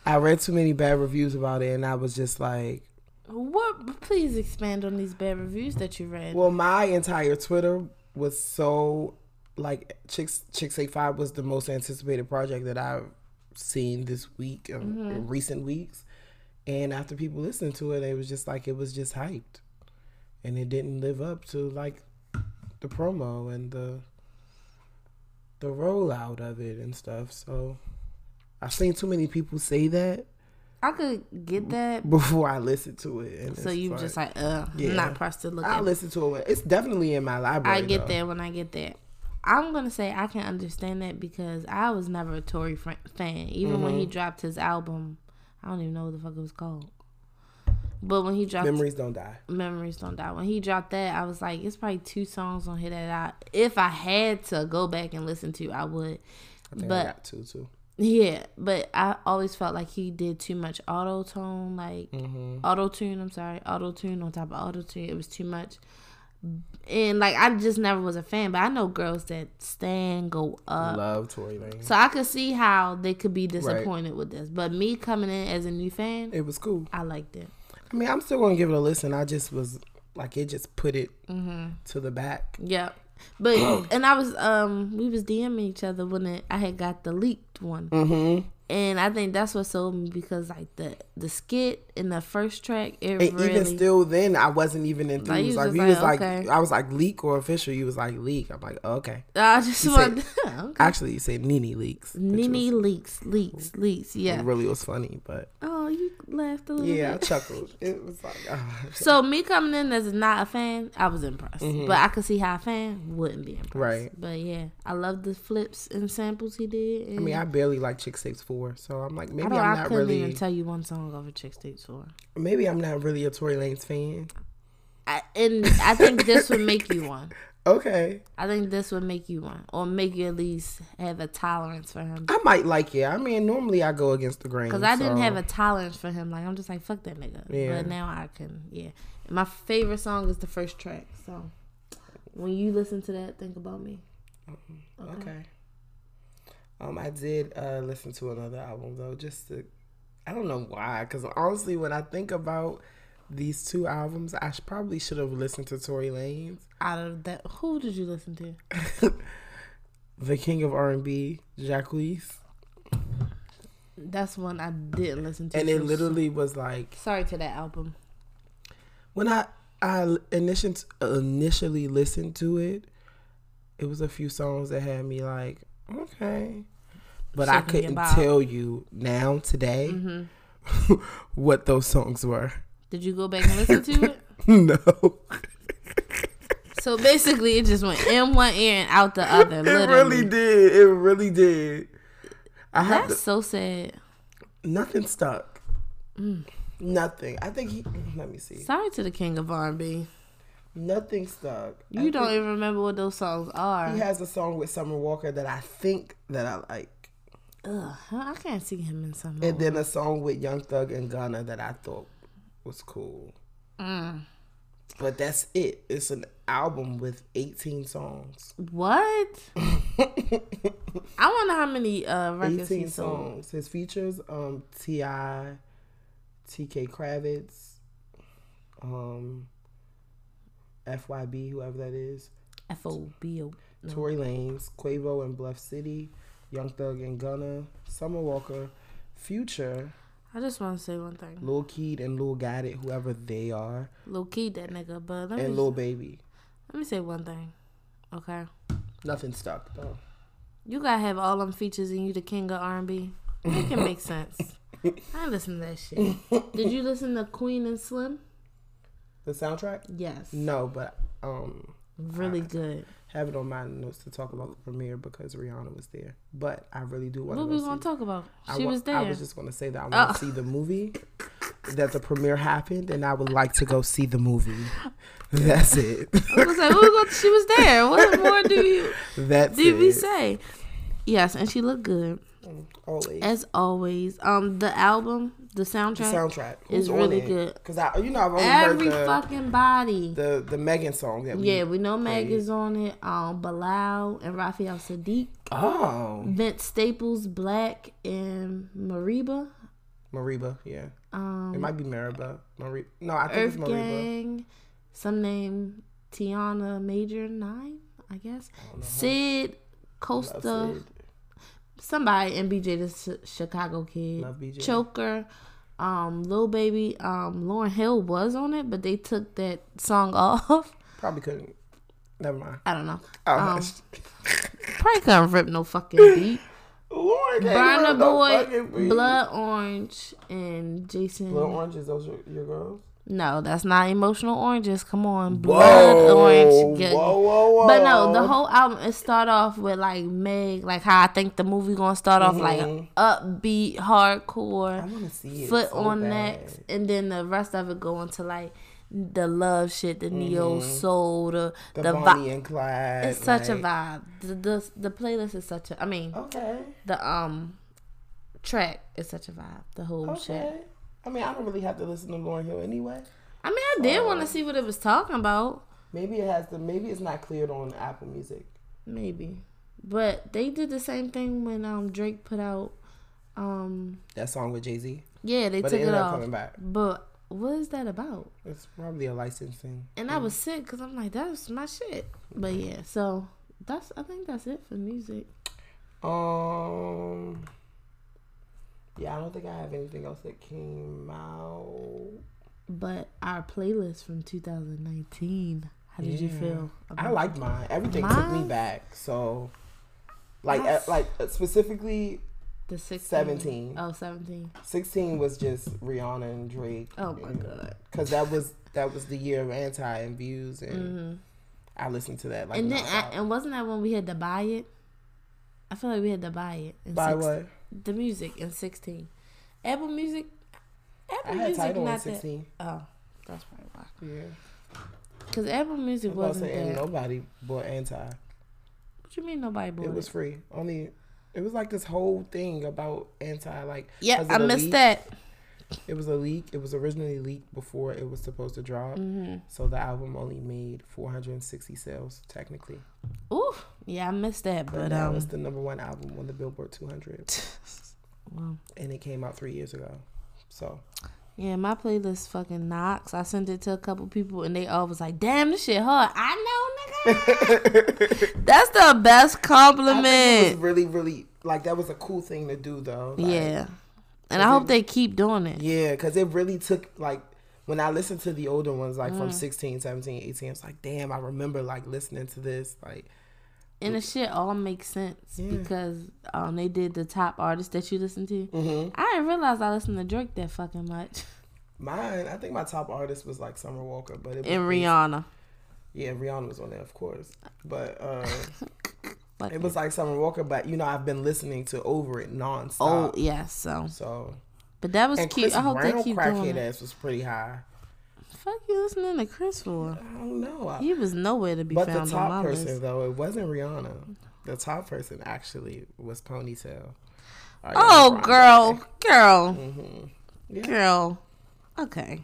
I read too many bad reviews about it, and I was just like,
what? Please expand on these bad reviews that you read.
Well, my entire Twitter was so like Chicks Chicks Eight Five was the most anticipated project that I've seen this week um,
Mm-hmm.
in recent weeks, and after people listened to it, it was just like it was just hyped, and it didn't live up to like the promo and the the rollout of it and stuff. So I've seen too many people say that [laughs]
I could get that.
before I listened to it, and
So
it's
you just like, uh,
Yeah.
not pressed to look
I
at.
listen to it. when- It's definitely in my library.
I get
though.
that when I get that. I'm gonna say I can understand that because I was never a Tory fr- fan. Even when
Mm-hmm.
he dropped his album, I don't even know what the fuck it was called. But when he dropped
Memories don't die.
Memories Don't Die, when he dropped that, I was like, it's probably two songs on here that I, if I had to go back and listen to, I would.
I
But
got two too.
Yeah, but I always felt like he did too much auto tone, like auto tune. I'm sorry, auto tune on top of auto tune. It was too much, and like I just never was a fan. But I know girls that stand go up,
Love Tory Lane.
uh, so I could see how they could be disappointed with this. But me coming in as a new fan,
It was cool.
I liked it.
I mean, I'm still gonna give it a listen. I just was like, it just put it
Mm-hmm.
to the back.
Yep. But and I was um we was DMing each other when it, I had got the leaked one. Mm-hmm. And I think that's what sold me because like the the skit in the first track it
And
really
even still, then I wasn't even
Like, you was
enthused. Like,
just
we
like,
was like,
okay.
I was like leak or official. You was like leak. I'm like okay.
I just
said-
want [laughs] okay.
Actually, you said Nene leaks. which
Nene
was-
leaks leaks leaks yeah.
It really was funny, but
Oh, you laughed a little
yeah, I
bit.
chuckled. It was like, [laughs] ah,
So me coming in as not a fan, I was impressed. But I could see how a fan wouldn't be impressed.
Mm-hmm. Right.
But yeah, I love the flips and samples he did. And
I mean, I barely like Chick Six Four, so I'm like,
Mm. I,
maybe
don't, I
I'm not
couldn't even
really,
tell you one song over Chick State Tour.
maybe I'm not really a Tory Lanez fan.
I,
[laughs]
and I think this would make you one.
Okay,
I think this would make you one, or make you at least have a tolerance for him.
I might like it. I mean, normally I go against the grain
Because I didn't
so-
have a tolerance for him. Like I'm just like fuck that nigga.
Yeah.
But now I can. Yeah. And my favorite song is the first track. So when you listen to that, think about me.
Okay. Um, I did uh, listen to another album though, just to, I don't know why, because honestly, when I think about these two albums, I sh- probably should have listened to Tory Lanez,
Out of that, who did you listen to?
The King of R and B, Jacquees,
That's one I didn't listen to.
and it
So-
literally was like
Sorry to that album.
when I I initially initially listened to it, it was a few songs that had me like okay, but I
Shaking your
couldn't
bop.
tell you now today [laughs] what those songs were. [laughs]
Did you go back and listen to it?
no.
So basically, it just went in one ear and out the other.
It
Literally.
really did. It really did. I have
That's so sad.
to- nothing stuck. Nothing. I think he. Let me see.
Sorry to the king of R&B.
Nothing stuck. I
You don't
think
even remember what those songs are.
He has a song with Summer Walker that I think that I like,
Ugh, I can't see him in something.
and then a song with Young Thug and Ghana that I thought was cool. But that's it. It's an album with 18 songs.
what? I wonder how many uh, records he
18
sold.
songs. His features, um, T.I., T.K. Kravitz, um, F.Y.B., whoever that is,
F.O.B.O.
Tory Lanez, Quavo and Bluff City, Young Thug and Gunna, Summer Walker, Future,
I just want to say one thing.
Lil Keed and Lil Got It, whoever they are,
Lil Key, that nigga, but let me,
and Lil Baby.
let me say one thing. Okay.
Nothing stuck, though.
You gotta have all them features and you the king of R&B. Make it make
[laughs]
sense. I ain't listen to that shit. Did you listen to Queen and Slim?
The soundtrack?
Yes.
No, but um,
Really good.
have it on my notes to talk about the premiere because Rihanna was there. But I really do want
What
to go
we
see
gonna talk about?
I
She
wa-
was there.
I was just gonna say that I want
Oh.
to see the movie that the premiere happened, and I would like to go see the movie. [laughs] That's it.
[laughs] I was like, "Ooh, she was there.
[laughs]
What more do you
That's
do we
it.
say?" Yes, and she looked good
Always.
as always. Um, the album, the soundtrack,
The soundtrack
is really good.
because I, Oh, you know, I've only
Every
heard the,
fucking body.
the the Megan song that we
yeah, we know Meg is on it. Um, Bilal and Raphael Sadiq,
Oh,
Vince Staples, Black, and Mariba.
Mariba, yeah.
Um,
It might be Mariba. Mariba. No, I think
Earth
it's Mariba.
Gang, some name Tiana Major Nine, I guess. Sid Costa,
Sid.
somebody, and BJ the Ch- Chicago Kid,
Love BJ.
Choker, um, Lil Baby, um, Lauren Hill was on it, but they took that song [laughs] off.
Probably couldn't. Never mind.
I don't know.
Oh,
Um,
gosh.
probably couldn't rip no fucking beat.
[laughs] Lord, can't
Burna
run no
Boy,
fucking beat.
Blood Orange, and Jason.
Blood oranges. Those are your girls.
No, that's not emotional oranges. Come on, blood orange. Good.
whoa, whoa, whoa.
But no, the whole album it start off with like Meg, like how I think the movie gonna start off like upbeat, hardcore,
Mm-hmm. I want to see it.
foot
so
on
bad.
necks, and then the rest of it go into like the love shit, the neo soul, the
Mm-hmm. The,
the,
Bonnie
vibe.
and Clyde.
It's such a
like-
vibe. The, the the playlist is such a. I mean,
Okay.
the um track is such a vibe. The whole
Okay.
shit.
I mean, I don't really have to listen to Lauren Hill anyway.
I mean, I did want to see what it was talking about.
Maybe it has to. Maybe it's not cleared on Apple Music.
Maybe. But they did the same thing when um Drake put out um
That song with Jay Z.
yeah, they
But it
took it,
ended up
off.
coming back.
But what is that about?
It's probably a licensing.
And I was sick cuz I'm like that's my shit. But
Mm.
yeah, so that's I think that's it for music.
Um. Yeah, I don't think I have anything else that came out.
But our playlist from 2019. How did you
Yeah.
feel?
I
About
like mine. Everything took me
Mine?
back. So, like, uh,
Yes.
like uh, specifically,
the 16.
17.
Oh, 17.
sixteen was just Rihanna and Drake.
Oh my god.
Because that was that was the year of anti and views, and I listened to that. Like,
Mm-hmm. And then
nonstop.
I, and wasn't that when we had to buy it? I feel like we had to buy it. in
by
16.
what
the music in 16. Apple Music.
I
Apple
had
Music
title in
not
sixteen.
that. Oh, that's probably why.
Yeah,
Because Apple Music
I was
wasn't
saying
there.
nobody bought anti.
What you mean nobody bought
It
it?
was free. Only it was like this whole thing about anti. Like,
yeah,
'cause of
I
the
missed
leak.
that.
It was a leak. It was originally leaked before it was supposed to drop.
Mm-hmm.
So the album only made 460 sales technically.
Ooh, yeah, I missed that.
But
But
now
um,
it's the number one album on the
[laughs]
Billboard 200,
well,
and it came out three years ago. So [laughs]
yeah, my playlist fucking knocks. I sent it to a couple people, and they all was like, "Damn, this shit hard." I know,
[laughs]
nigga. That's the best
I think it was
compliment.
really, really like that was a cool thing to do though. Like,
yeah, and I hope they keep doing it.
Yeah, because it really took like when I listened to the older ones, like
Mm.
from 16, 17, 18, it's like, damn, I remember like listening to this. Like,
And the shit all makes sense because um they did the top artists that you listen to.
Mm-hmm.
I didn't realize I listened to Drake that fucking
[laughs]
much.
mine, I think my top artist was like Summer Walker, but it was
And
based-
Rihanna.
Yeah, Rihanna was on there, of course. But
[laughs]
uh,
Like,
it was like Summer Walker, but you know, I've been listening to over it nonstop.
oh yeah, so
So
but that was
and
cute.
Chris
I hope
Brown
they keep doing
crackhead
it.
ass was pretty high.
Fuck you listening to Chris for?
I don't know. I-
He was nowhere to be
but the
found on my
top person
list.
though, it wasn't Rihanna. The top person actually was Ponytail. Ariana
Oh
Grande.
girl, girl,
Mm-hmm. Yeah.
girl.
[laughs]
Okay.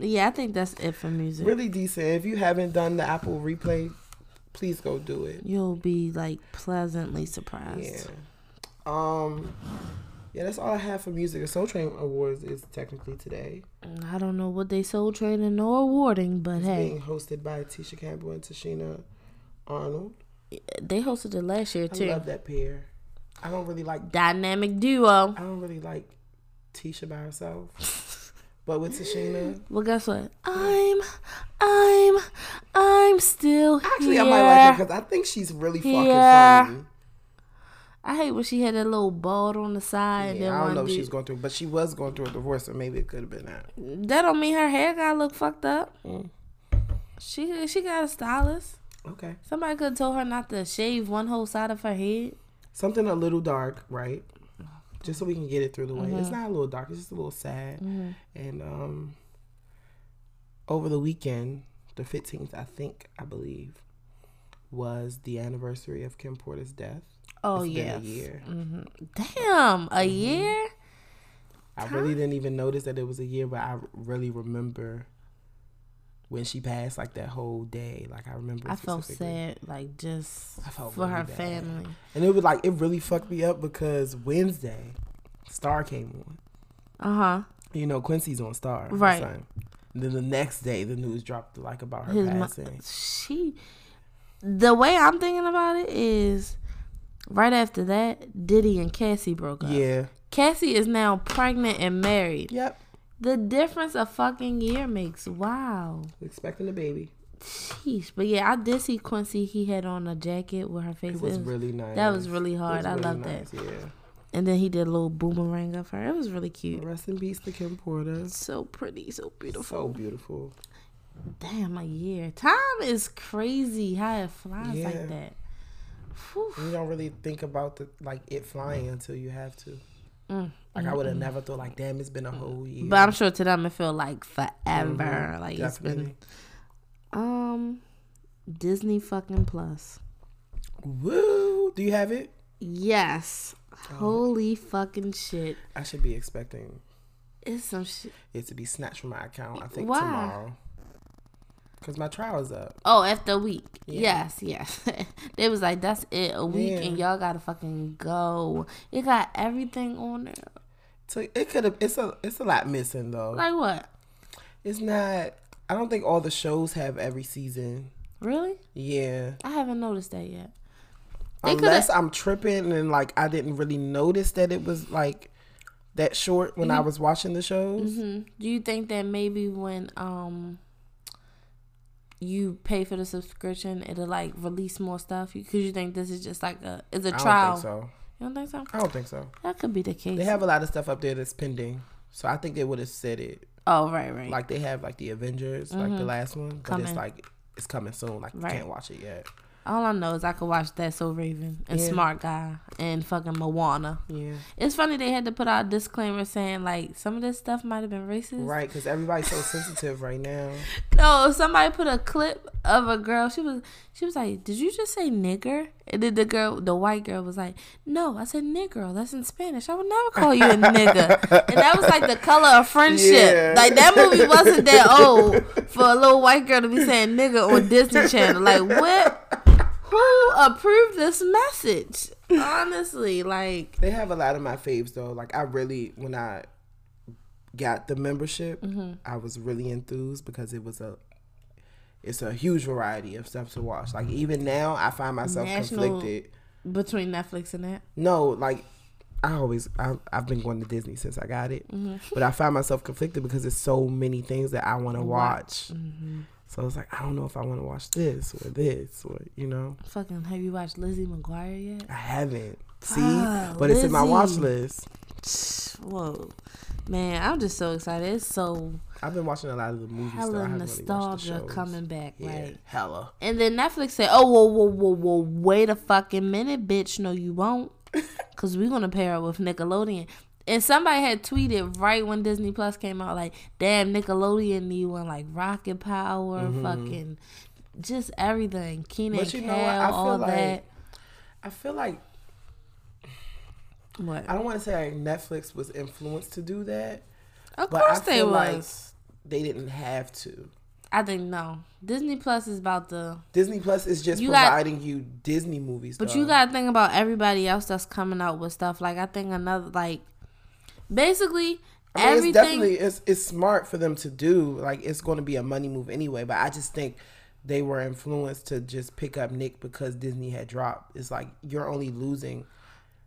yeah, I think that's it for music.
really decent. If you haven't done the Apple replay, please go do it.
You'll be like pleasantly surprised.
Yeah. Um. Yeah, that's all I have for music. The Soul Train Awards is technically today,
I don't know what they soul training or awarding, but hey,
being hosted by Tisha Campbell and Tashina Arnold.
they hosted it last year
I
too.
love that pair. I don't really like.
Dynamic duo.
I don't really like Tisha by herself,
[laughs]
but with Tashina,
Well, guess what? I'm, I'm, I'm still
actually,
here.
I might like her because I think she's really fucking
Yeah.
funny.
I hate when she had that little bald on the side. and then
Yeah, I
one
don't know if
dude-
she's going through, but she was going through a divorce, so maybe it could have been that.
That don't mean her hair got look fucked up.
Mm.
She she got a stylist.
Okay,
Somebody could have told her not to shave one whole side of her head. Mm-hmm.
something a little dark, right? just so we can get it through the way. It's not a little dark. It's just a little sad.
Mm-hmm.
And um, over the weekend, the fifteenth, I think, I believe, was the anniversary of Kim Porter's death.
Oh
It's been
yeah.
a year. Mm-hmm.
Damn, a year.
I really didn't even notice that it was a year, but I really remember when she passed, like that whole day. Like I remember.
I felt
specifically.
sad, like just
felt
for her
really bad.
family.
and it was like it really fucked me up because Wednesday, Star came on.
Uh huh.
You know, Quincy's on Star, her
Right.
son. Then the next day, the news dropped like about her
His mo-
passing.
she. The way I'm thinking about it is, right after that, Diddy and Cassie broke up.
yeah.
Cassie is now pregnant and married.
Yep.
The difference a fucking year makes. Wow.
Expecting a baby.
Sheesh. But yeah, I did see Quincy. He had on a jacket with her face.
It was really nice.
That was really
It
hard. I
really
loved
nice,
that.
Yeah.
And then he did a little boomerang of her. It was really cute.
Rest in peace to Kim Porter.
So pretty, so beautiful.
So beautiful.
Damn, a year. Time is crazy how it flies
Yeah.
like that. Whew.
You don't really think about the like it flying
Mm.
until you have to. Like I would have never thought like, damn, it's been a whole year.
But I'm sure to them it feel like forever. Like it's
Mm-hmm. Definitely.
been um Disney fucking plus.
Woo! Do you have it?
Yes. Holy fucking shit.
I should be expecting
It's some shit.
it to be snatched from my account. I think
Why?
tomorrow. Cause my trial is up.
Oh, after a week. Yes, yes. [laughs] they was like, that's it, a week,
Yeah.
and y'all gotta fucking go. It got everything on there.
So it could have. It's a. It's a lot missing though.
Like what?
it's not. I don't think all the shows have every season.
Really?
Yeah.
I haven't noticed that yet. They coulda-
Unless I'm tripping and like I didn't really notice that it was like that short when
Mm-hmm.
I was watching the shows.
Do you think that maybe when um you pay for the subscription, it'll like release more stuff? Because you think this is just like a it's a
I
trial.
don't think so.
You don't think so?
I don't think so.
That could be the case.
They have a lot of stuff up there that's pending. So I think they would have said it.
oh right, right.
Like they have like the Avengers, like the last one. But it's
Mm-hmm. Coming.
like it's coming soon. Like
Right.
you can't watch it yet.
All I know is I could watch that So Raven and
Yeah.
Smart Guy and fucking Moana.
Yeah.
It's funny they had to put out a disclaimer saying like some of this stuff might have been racist.
Right, because everybody's so sensitive right now.
No, somebody put a clip of a girl. She was she was like, "Did you just say nigger?" And then the girl, the white girl, was like, "No, I said nigger. That's in Spanish. I would never call you a nigger." and that was like the color of friendship.
Yeah.
Like that movie wasn't that old for a little white girl to be saying nigger on Disney Channel. Like what? Who approved this message? Honestly, like
They have a lot of my faves though. Like I really when I got the membership, I was really enthused because it was a it's a huge variety of stuff to watch. Like even now I find myself
National-
conflicted.
between Netflix and that.
No, like I always I, I've been going to Disney since I got it, but I find myself conflicted because there's so many things that I want to watch. So it's like I don't know if I want to watch this or this or you know
Fucking, have you watched Lizzie McGuire yet?
I haven't see,
Ah,
but it's in my watch
Lizzie.
list.
Whoa, man, I'm just so excited. It's so
I've been watching a lot of the movies. though. I
hella
haven't really watched
nostalgia
the shows.
coming back,
Yeah,
right?
hella.
And then Netflix said, "Oh, whoa, whoa, whoa, whoa, wait a fucking minute, bitch! No, you
[laughs]
won't, because we're gonna pair up with Nickelodeon." And somebody had tweeted right when Disney Plus came out, like, "Damn, Nickelodeon need one like Rocket Power, fucking, just everything, Keenan and
Mm-hmm. But you
Kel,
know what? I
all
feel like
that."
I feel like
What?
I don't want to say like Netflix was influenced to do that,
Of
but
course
I
they
feel like
was.
they didn't have to.
I think no. Disney Plus is about the
Disney Plus is just
You got-
providing you Disney movies.
But
though.
you gotta think about everybody else that's coming out with stuff. Like I think another like basically
I mean, it's
everything
definitely it's it's smart for them to do. Like it's going to be a money move anyway. But I just think they were influenced to just pick up Nick because Disney had dropped. It's like you're only losing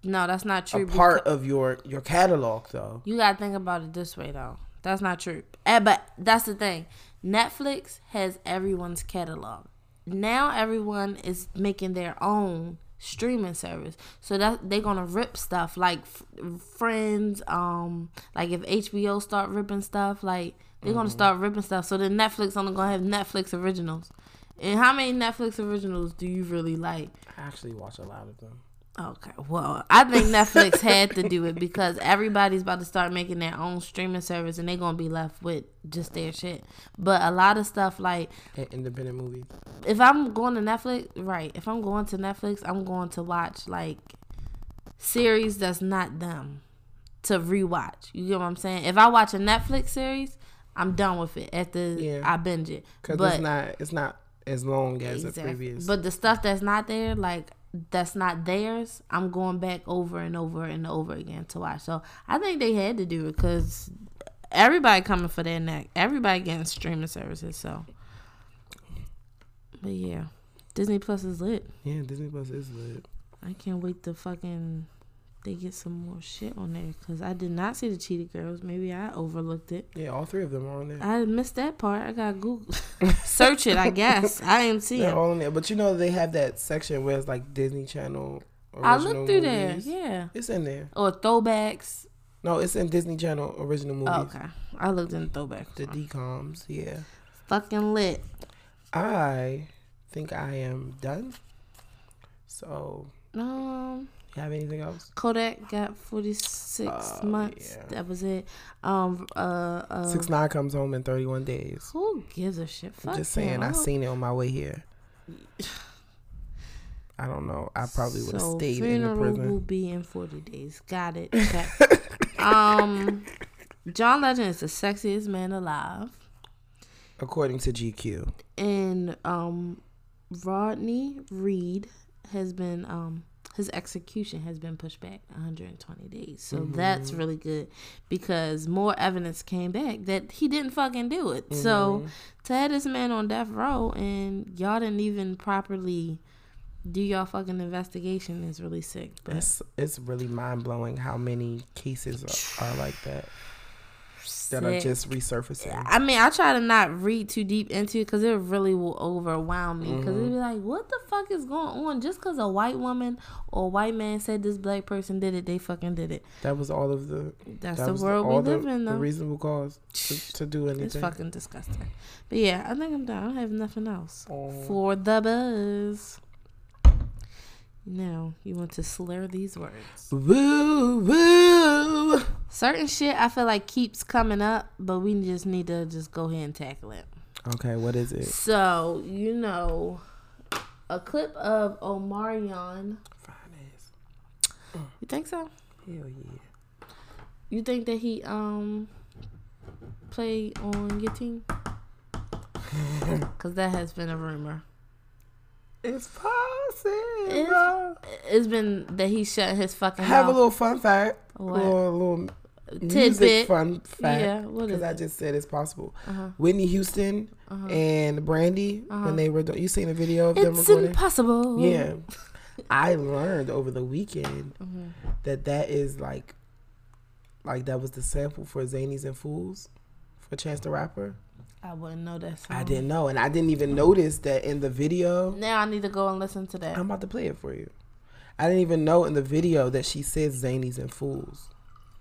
No, that's not true.
a
because-
part of your your catalog though.
you gotta think about it this way though. That's not true. Eh, But that's the thing. Netflix has everyone's catalog. Now everyone is making their own streaming service. So that they're gonna rip stuff like f- Friends. Um, like if HBO start ripping stuff, like they're gonna start ripping stuff. So then Netflix only gonna have Netflix originals. And how many Netflix originals do you really like?
I actually watch a lot of them.
Okay. Well, I think Netflix had to do it because everybody's about to start making their own streaming service and they're going to be left with just their shit. But a lot of stuff like
An independent movie.
if I'm going to Netflix, right? If I'm going to Netflix, I'm going to watch like series that's not them to rewatch. You get what I'm saying? If I watch a Netflix series, I'm done with it after
Yeah.
I binge it.
Because
But-
it's not it's not as long as the
Exactly.
previous.
But the stuff that's not there, like that's not theirs, I'm going back over and over and over again to watch. So I think they had to do it because everybody coming for their neck. Everybody getting streaming services. So, but yeah, Disney Plus is lit.
yeah, Disney Plus is lit.
I can't wait to fucking they get some more shit on there because I did not see the Cheetah Girls. Maybe I overlooked it.
Yeah, all three of them are on there.
I missed that part. I got
[laughs]
Google [laughs] search it. I guess I didn't see
They're
it.
all in there. But you know they have that section where it's like Disney Channel.
I
original
looked through there.
movies.
Yeah.
It's in there.
or throwbacks.
No, it's in Disney Channel original movies.
Oh, okay, I looked in throwbacks.
The DComs, yeah.
Fucking lit.
I think I am done. So,
Um,
you have anything else?
Kodak got forty six
Oh,
months.
yeah.
That was it. Um, uh, uh
Six nine comes home in thirty one days.
who gives a shit? Fuck
Just saying,
him.
I
hope-
seen it on my
[sighs]
way here. I don't know. I probably would have
So,
stayed in the
funeral will
prison.
be in forty days. Got
[laughs]
it. Okay. um, John Legend is the sexiest man alive,
According to GQ,
and um, Rodney Reed has been um his execution has been pushed back 120 days. So
Mm-hmm.
that's really good because more evidence came back that he didn't fucking do it.
Mm-hmm.
So to have this man on death row and y'all didn't even properly do y'all fucking investigation is really sick. But
it's it's really mind blowing how many cases are, are like that that are
Sick.
just resurfacing.
I mean, I try to not read too deep into it because it really will overwhelm me. Because it'd be like, what the fuck is going on? Just because a white woman or white man said this black person did it, they fucking did it.
That was all of the.
That's
that
the
was
world we
all
live
the,
in,
The
though.
reasonable cause to, to do anything.
It's fucking disgusting. But yeah, I think I'm done. I don't have nothing else
Oh.
for the buzz. Now you want to slur these words.
Woo woo.
Certain shit I feel like keeps coming up, but we just need to just go ahead and tackle it.
Okay, what is it?
So you know, a clip of Omarion.
Finance.
You think so?
Hell yeah.
You think that he um played on your team? [laughs] Cause that has been a rumor.
It's possible.
It's- It's been that he shut his fucking
Have a
mouth.
little fun fact.
What?
Or a little music
tidbit.
fun fact.
Yeah, what is
Because I
it? Uh-huh.
just said it's possible. Whitney Houston and Brandy, when they were, do- you seen a video of them
It's
recording?
impossible.
Yeah.
Mm-hmm.
I learned over the weekend that that is like, like that was the sample for Zanies and Fools for Chance the Rapper.
I wouldn't know that song.
I didn't know. And I didn't even notice that in the video.
Now I need to go and listen to that.
I'm about to play it for you. I didn't even know in the video that she says Zanies and Fools.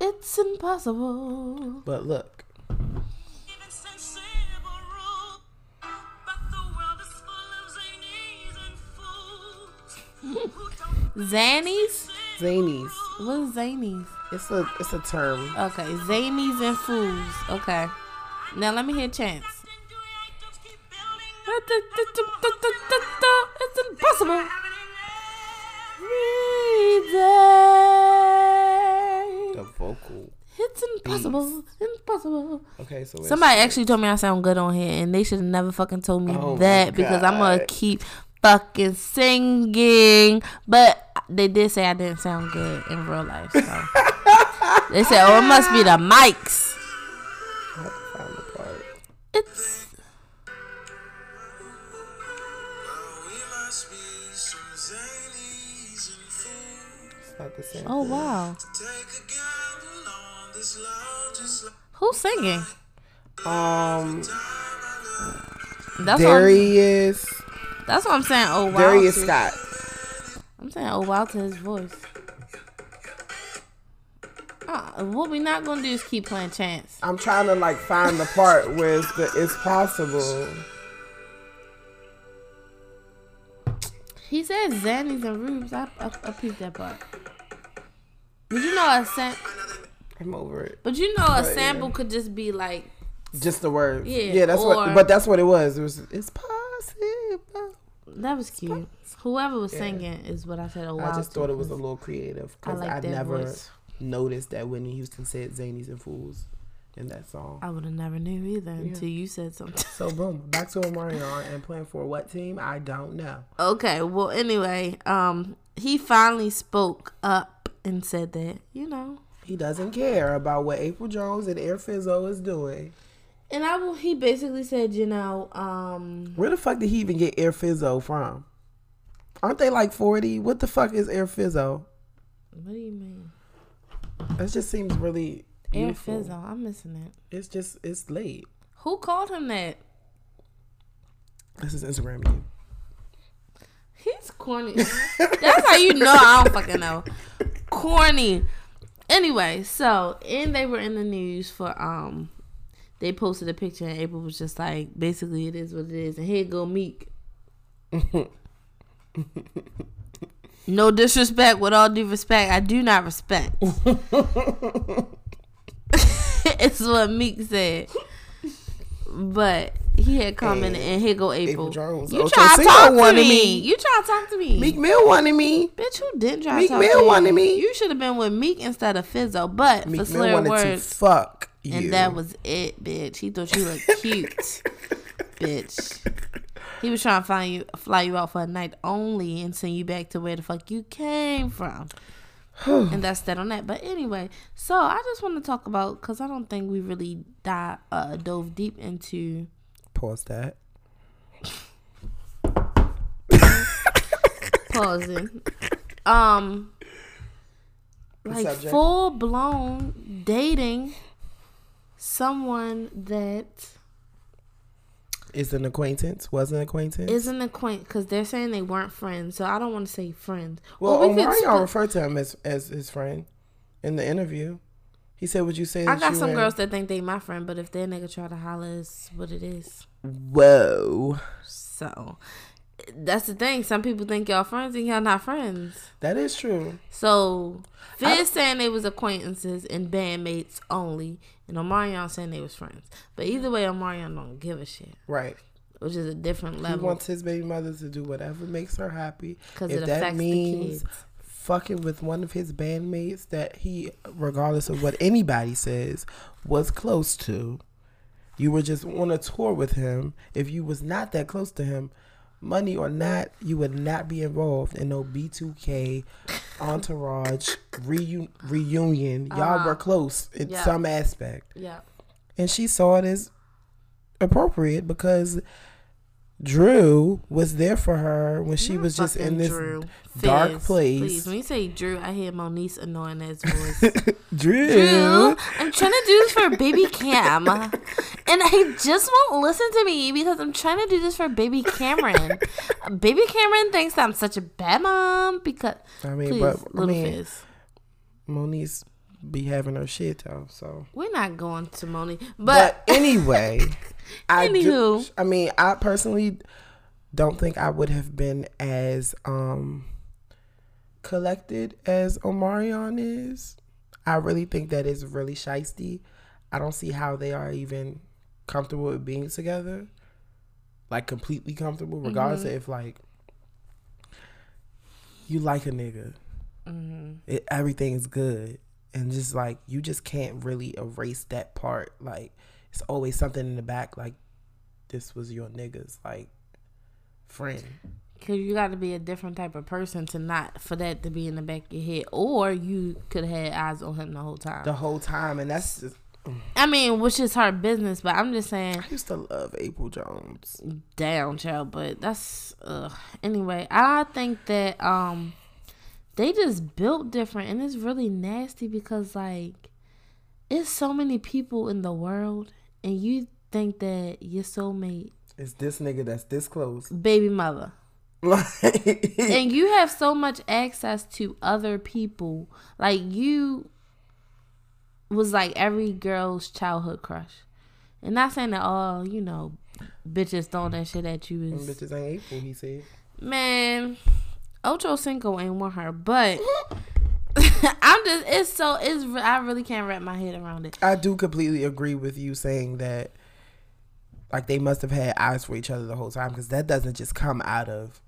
it's impossible.
But look,
Zanies?
Zanies.
What is Zanies?
It's a it's a term.
Okay, Zanies and fools. Okay. Now let me hear Chance. It's impossible.
The
Reason.
vocal.
It's impossible. Impossible.
Okay, so it's-
Somebody actually told me I sound good on here, and they should have never fucking told me
Oh my
that because I'm gonna
God.
keep fucking singing. But they did say I didn't sound good in real life.
[laughs]
So they said, "Oh, it must be the mics."
I found the part.
It's
It's not the same.
oh wow. Who's singing?
Um,
That's what
Darius
I'm, that's what I'm saying. Oh wow.
Darius
to-
Scott.
I'm saying oh wow to his voice. Uh, what we not gonna do is keep playing chance.
I'm trying to like find the part where it's the it's possible.
He He said Xannies and Rubes. I, I, I peeped that part. But you know a sam-
I'm over it.
but you know a
yeah.
sample could just be like
Just the words.
Yeah,
Yeah, that's
or-
what. But that's what it was. It was. It's possible.
that was cute. Whoever was singing is what I said oh, a while.
I just thought it was a little creative because
like
I,
that
never
voice.
noticed that Whitney Houston said "Zanies and Fools" in that song.
I would have never knew either until you said something.
So boom, back to Omarion and playing for what team? I don't know.
Okay, well anyway, um he finally spoke up and said that, you know.
He doesn't care about what April Jones and Air Fizzo is doing.
And I will he basically said, you know, um
Where the fuck did he even get Air Fizzo from? Aren't they like forty? What the fuck is Air Fizzo?
what do you mean?
That just seems really
Air
youthful.
Fizzle, I'm missing it.
It's just it's late.
Who called him that?
This is Instagram. You.
He's corny. That's how you know I don't fucking know. Corny. Anyway, so and they were in the news for um they posted a picture and April was just like, basically it is what it is, and here go Meek. no disrespect, with all due respect, I do not respect. [laughs] it's what Meek said. But he had commented and here go April.
April Jones,
you
Ocho
try to
Cinco
talk to
wanted
me.
me.
You try to talk to me.
Meek Mill wanted me.
Bitch, you didn't try
Meek
to talk
Mill
to me.
wanted me.
You should have been with Meek instead of Fizzo, but for
Meek Mill
slurred
wanted to
words.
fuck you.
and that was it, bitch. He thought you looked
[laughs]
cute, bitch. He was trying to find you, fly you out for a night only, and send you back to where the fuck you came
[sighs]
from. and that's that on that. But anyway, so I just want to talk about because I don't think we really dive, uh, dove deep into
pause that.
pausing. Um, like
subject?
full blown dating someone that
Is an acquaintance? Was an acquaintance?
is an acquaintance because they're saying they weren't friends. So I don't want to say friends.
well,
Or we could
Omarion
split-
referred to him as as his friend in the interview. He said, "Would you say
I
that
got
you
some
were-
girls that think they my friend, but if their nigga try to holler, it's what it is.
Whoa,
So that's the thing. Some people think y'all friends and y'all not friends.
that is true.
So Fizz saying they was acquaintances and bandmates only, and Omarion saying they was friends. But either way, Omarion don't give a shit,
Right?
which is a different
He
level
wants his baby mother to do whatever makes her happy.
because
If
Um, it
that
affects
means
the kids.
fucking with one of his bandmates that he, regardless of what anybody says, was close to. You were just on a tour with him. If you was not that close to him, money or not, you would not be involved in no
[laughs]
B2K entourage reu- reunion. Y'all were close in
Uh-huh. Yeah.
some aspect.
Yeah,
And she saw it as appropriate because Drew was there for her when she was just in
Fucking
this
Drew.
dark
Fizz,
place.
Please, when you say Drew, I hear Moniece annoying ass voice.
[laughs] Drew.
Drew, I'm trying to do this for baby Cam, and I just won't listen to me because I'm trying to do this for baby
[laughs]
Cameron. baby Cameron thinks I'm such a bad mom because
I mean,
please,
but I
little
mean,
Fizz.
Moniece be having her shit though. So,
We're not going to Moni,
but
but,
anyway,
[laughs]
I do,
Anywho.
I mean, I personally don't think I would have been as um collected as Omarion is. I really think that is really shisty. I don't see how they are even comfortable with being together, like completely comfortable, regardless of if like you like a nigga, it, everything is good, and just like you just can't really erase that part. Like it's always something in the back, like this was your nigga's like friend.
because you got to be a different type of person to not for that to be in the back of your head, or you could have had eyes on him the whole time.
the whole time, and that's just,
I mean, which is her business, but I'm just saying,
I used to love April Jones.
down, child. But that's uh, anyway. I think that um, they just built different, and it's really nasty because like, it's so many people in the world, and you think that your soulmate,
It's this nigga that's this close. [laughs]
baby mother.
Like,
and you have so much access to other people. Like you was like every girl's childhood crush. And not saying that all, you
Mm,
know, bitches throwing that shit at you is
bitches ain't April. He said,
man. Ocho Cinco ain't want her, but [laughs] I'm just it's so it's I really can't wrap my head around it.
I do completely agree with you saying that, like they must have had eyes for each other the whole time because that doesn't just come out of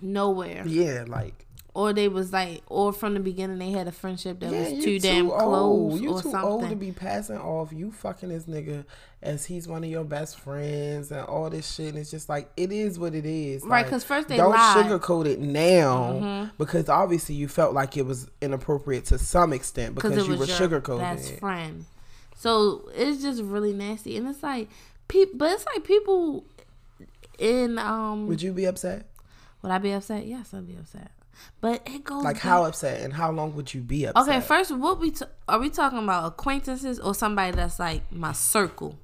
Nowhere,
yeah, like
or they was like, or from the beginning they had a friendship that
yeah,
was
you
too damn
old.
close
You
or
too
something.
old to be passing off you fucking this nigga as he's one of your best friends and all this shit. And it's just like it is what it is,
Right,
Like,
'cause first they
don't
lied. Mm-hmm.
sugarcoat it now because obviously you felt like it was inappropriate to some extent because
because it
you were
was your
sugarcoating.
best
it.
friend. So it's just really nasty, and it's like, pe- but it's like people in um. Would,
Would you be upset?
I be upset? Yes, I'd be upset. But it goes
Like
back-
how upset and how long would you be upset?
Mm-hmm. Okay, first, what we t- are we talking about? Acquaintances or somebody that's like my circle?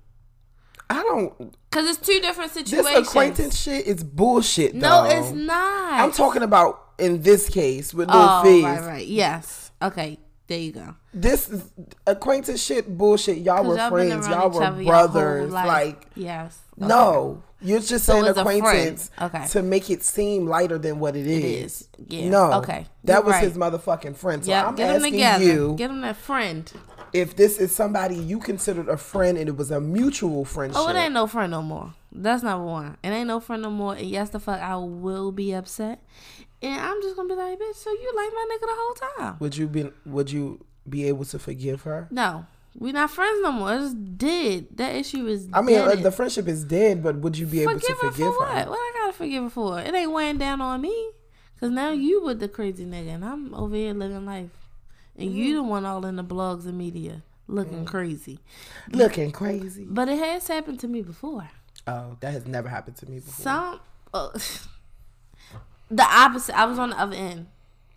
I don't.
Because it's two different
This
situations.
acquaintance shit is bullshit.
No,
though.
it's not.
I'm talking about in this case with Lil
Oh,
Fizz.
right, right. Yes. Okay. There you go.
This is acquaintance shit bullshit. Y'all
'Cause
were
y'all been
friends.
around
Y'all
each
were
other your whole
brothers.
life.
Like
yes.
no, you're just saying
it's a friend.
acquaintance
Okay.
to make it seem lighter than what it is.
is. Yeah.
No.
Okay.
That
You're
was
right.
his motherfucking friend. So
Yeah.
I'm
Get them
asking
together.
you
Get them that friend.
if this is somebody you considered a friend and it was a mutual friendship.
Oh, it ain't no friend no more. That's number one. It ain't no friend no more. And yes, the fuck, I will be upset. And I'm just gonna be like, bitch. So you like my nigga the whole time?
Would you be? Would you be able to forgive her?
No, we not friends no more. It's dead. That issue is.
I mean, uh,
dead.
the friendship is dead, but would you be able
forgive
to
her
forgive
for
her?
what? What I gotta forgive her for? It ain't weighing down on me. Cause now
Mm-hmm.
you with the crazy nigga, and I'm over here living life, and you the
Mm-hmm.
one all in the blogs and media looking crazy.
Looking crazy.
But it has happened to me before.
Oh, that has never happened to me before.
Some uh, [laughs] the opposite. I was on the other end.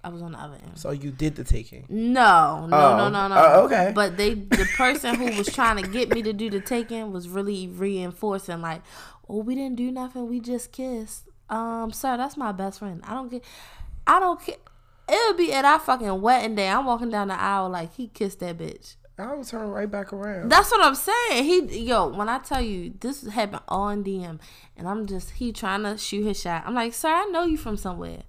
I was on the other end.
So you did the taking.
No, no,
Oh,
no, no, no.
oh, okay.
But they, the person who was trying to get me to do the taking was really reinforcing, like, "Oh, we didn't do nothing. We just kissed." Um, sir, that's my best friend. I don't get. I don't care. It'll be at our fucking wedding day. I'm walking down the aisle like he kissed that bitch.
I will turn right back around.
That's what I'm saying. He yo, when I tell you this happened on DM, and I'm just he trying to shoot his shot. I'm like, sir, I know you from somewhere.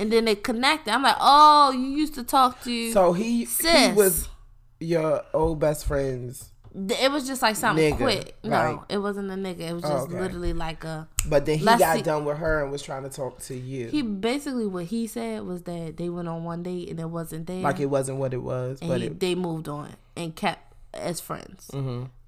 And then they connected. I'm like, oh, you used to talk to.
So he he
Sis.
was your old best friend's,
Th- It was just like something
Nigga,
quick. No,
like-
it wasn't a nigga. It was
Oh,
just
okay.
literally like a.
but then he
Let's
got
see.
done with her and was trying to talk to you.
He basically what he said was that they went on one date and it wasn't there,
like it wasn't what it was,
and
but
he,
it, Mm-hmm.
they moved on and kept as friends.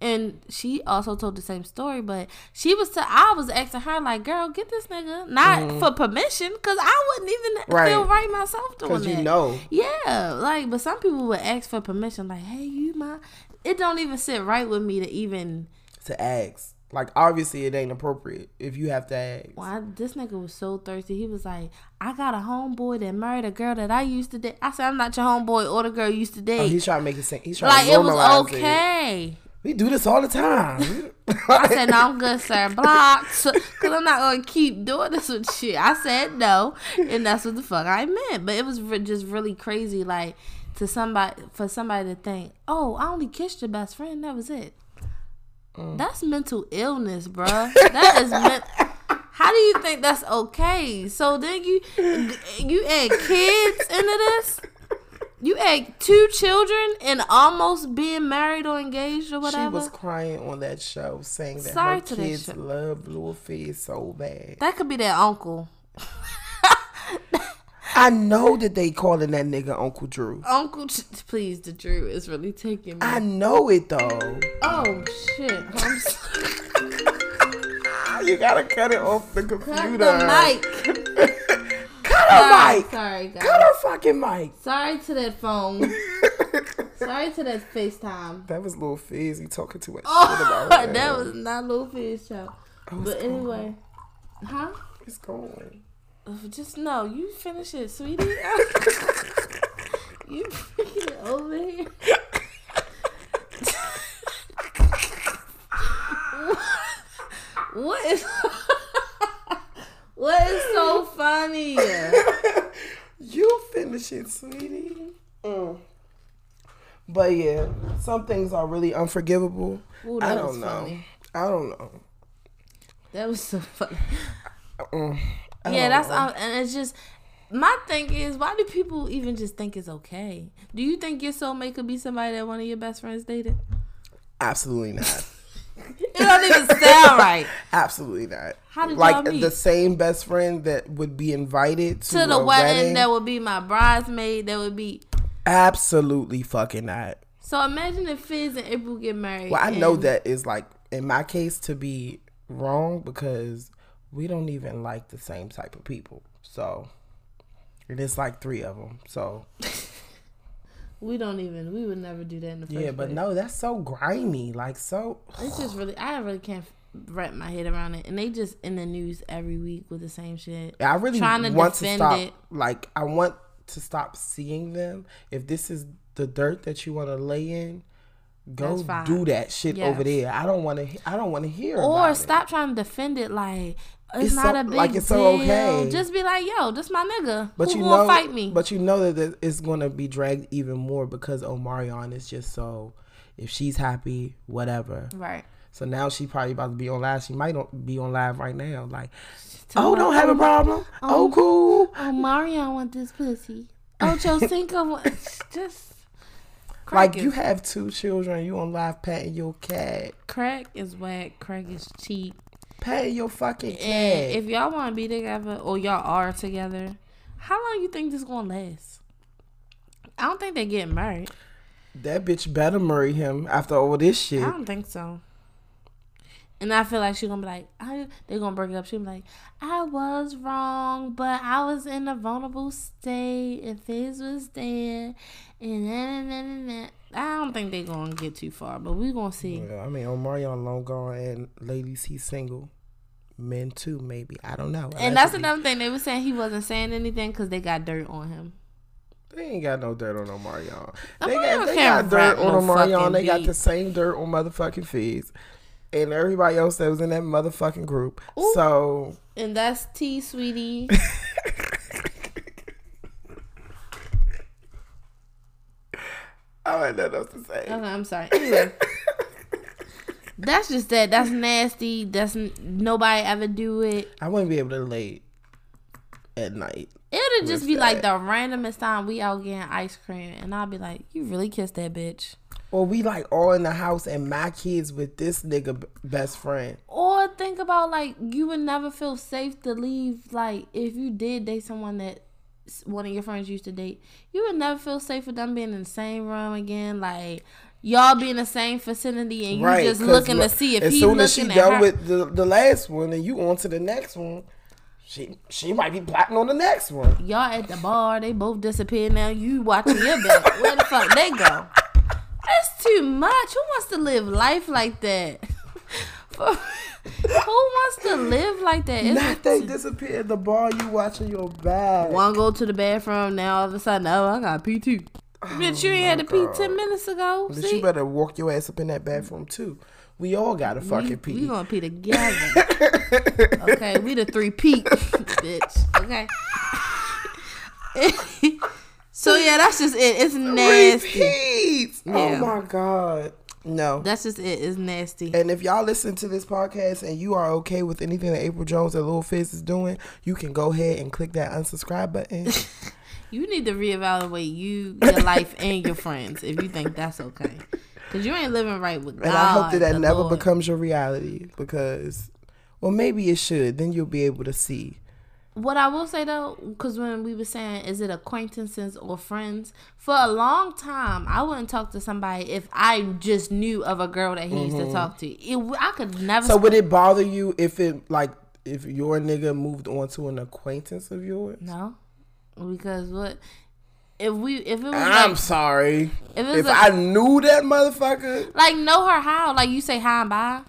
And she also told the same story, but she was. To, I was asking her like, "Girl, get this nigga," not for permission, because I wouldn't even
Mm-hmm. Right.
feel right myself doing
because
that.
you know,
Yeah, like, but some people would ask for permission, like, "Hey, you my." It don't even sit right with me to even
to ask. Like obviously it ain't appropriate if you have to ask.
Well, I, this nigga was so thirsty. He was like, I got a homeboy that married a girl that I used to date. I said, I'm not your homeboy or the girl you used to
Oh,
date.
he's trying to make it seem he's trying
like,
to
it was
normalize it.
okay.
We do this all the
[laughs]
time.
I said, no, I'm good, sir. Blocks. Because I'm not going to keep doing this with shit. I said no. And that's what the fuck I meant. But it was re- just really crazy, like, to somebody, for somebody to think, oh, I only kissed your best friend. That was it.
Mm.
That's mental illness, bro. That is men- How do you think that's okay? So then you you add kids into this. You add two children and almost being married or engaged or whatever.
[laughs] she was crying on that show saying that
Sorry
her
to that
kids
shit.
love Blue Fizz so bad.
That could be their uncle.
I know that they calling that nigga Uncle Drew.
Uncle, Ch- please, the Drew is really taking me.
I know it though.
oh shit!
[laughs]
I'm sorry.
You gotta cut it off the
Cut
computer.
the mic.
[laughs] Cut her
Sorry,
mic.
sorry, guys.
Cut her fucking mic. [laughs]
Sorry to that phone. sorry to that FaceTime.
That was little fizzy talking too much shit
Oh, [laughs]
about Oh, her.
that was not Lil Fizz show. But anyway, huh?
It's going.
Just no, you finish it, sweetie. [laughs] you freaking over here. [laughs] what is what is so funny?
You finish it, sweetie. Mm. But yeah, some things are really unforgivable.
Ooh,
I
that was
don't know.
funny.
I don't know.
That was so funny.
Mm.
Yeah,
I Mm, don't
that's
know.
um, and it's just my thing is, why do people even just think it's okay? Do you think your soulmate could be somebody that one of your best friends dated?
Absolutely not.
It don't
[laughs]
even sound right.
Absolutely not.
How did
like
y'all meet?
the same best friend that would be invited to,
to the
a
wedding, that would be my bridesmaid. That would be.
Absolutely fucking not.
So imagine if Fizz and April get married.
Well, I know
and-
that is like in my case to be wrong because we don't even like the same type of people. So and it's like three of them. So
we don't even. We would never do that in the first
yeah, but
place.
no, that's so grimy. Like so,
It's just really, I really can't wrap my head around it. And they just in the news every week with the same shit.
I really
Trying to
want to
defend
stop.
it.
Like I want to stop seeing them. If this is the dirt that you want to lay in,
That's
go
fine.
do that shit
Yes.
over there. I don't want to. I don't want to hear. about
Or
it.
stop trying to defend it like it's,
It's
not
so-
a big
like, it's so
deal.
okay.
Just be like, yo, this my nigga.
But
Who
you
gonna
know,
fight me?
But you know that it- it's gonna be dragged even more because Omarion is just so. If she's happy, whatever.
right.
So now she probably about to be on live. She might not be on live right now. Like,
Tell
oh,
her,
don't have a
"Oh,
problem. Oh,
oh,
cool.
Oh, Mario want this pussy.
[laughs]
Oh, Josinko want [laughs] just crack
Like
is,
you have two children. You on live patting your cat,
crack is whack. Crack is cheap.
patting your
And
fucking cat.
if y'all want to be together or y'all are together, how long you think this gonna last? I don't think they getting married.
That bitch better marry him after all this shit.
I don't think so. And I feel like she gonna be like, I, they're gonna break it up. She'll be like, I was wrong, but I was in a vulnerable state, and Fizz was there, and then then then. I don't think they gonna get too far, but we gonna see.
Yeah, I mean, Omarion long gone, and ladies, he's single. Men too, maybe. I don't know.
And that's
Allegedly.
another thing they were saying he wasn't saying anything because they got dirt on him.
They ain't got no dirt on Omarion. They
Omarion
got, they got
can't
dirt
rap
on
no
Omarion.
fucking
They got
beat.
the same dirt on motherfucking Fizz. And everybody else that was in that motherfucking group.
Ooh.
So
And that's T, sweetie. Uh-huh,
I had nothing else to say.
Okay, I'm sorry. Anyway, that's just that. That's nasty. That's n- nobody ever do it.
I wouldn't be able to late at night.
It'll just
With
be like the
that.
randomest time we out getting ice cream, and I'll be like, "You really kissed that bitch,"
Or we like all in the house and my kids with this nigga b- best friend.
or think about like you would never feel safe to leave. Like if you did date someone that s- one of your friends used to date, you would never feel safe with them being in the same room again. Like y'all be in the same vicinity, and you
right.
just
'cause
looking to
look,
see if
as
he
soon
looking
as she
at
done
her.
with the, the last one and you on to the next one, she she might be plotting on the next one.
Y'all at the bar, they both disappeared. Now you watching your back. Where the fuck they go? That's too much. Who wants to live life like that? [laughs] For- Who wants to live like that? It's
Not they disappear at the bar. You watching your back.
one go to the bathroom. Now all of a sudden, oh, I got pee too.
Oh
Bitch, you ain't had to pee ten minutes ago.
But
See,
you better walk your ass up in that bathroom too. We all got to
we,
fucking
we
pee.
gonna pee
[laughs]
together. okay, we the three peak, bitch. Okay. [laughs] so yeah, that's just it. It's nasty.
Repeats. Oh
Yeah.
my god. No.
That's just it. It's nasty.
and if y'all listen to this podcast and you are okay with anything that April Jones and Lil Fizz is doing, you can go ahead and click that
[laughs]
unsubscribe button.
You need to reevaluate you,
[laughs]
your life, and your friends if you think that's okay. Cause you ain't living right with God.
And I hope that that
Ah, the
never
Lord.
becomes your reality because, well, maybe it should. Then you'll be able to see.
What I will say though, because when we were saying, is it acquaintances or friends? For a long time, I wouldn't talk to somebody if I just knew of a girl that he used to talk to. It, I could never.
Mm-hmm. So would it bother you if it like if your nigga moved on to an acquaintance of yours?
no, because what if we if it was
I'm
like,
sorry.
if it was
If
like,
I knew that motherfucker,
like know her how like you say hi and bye.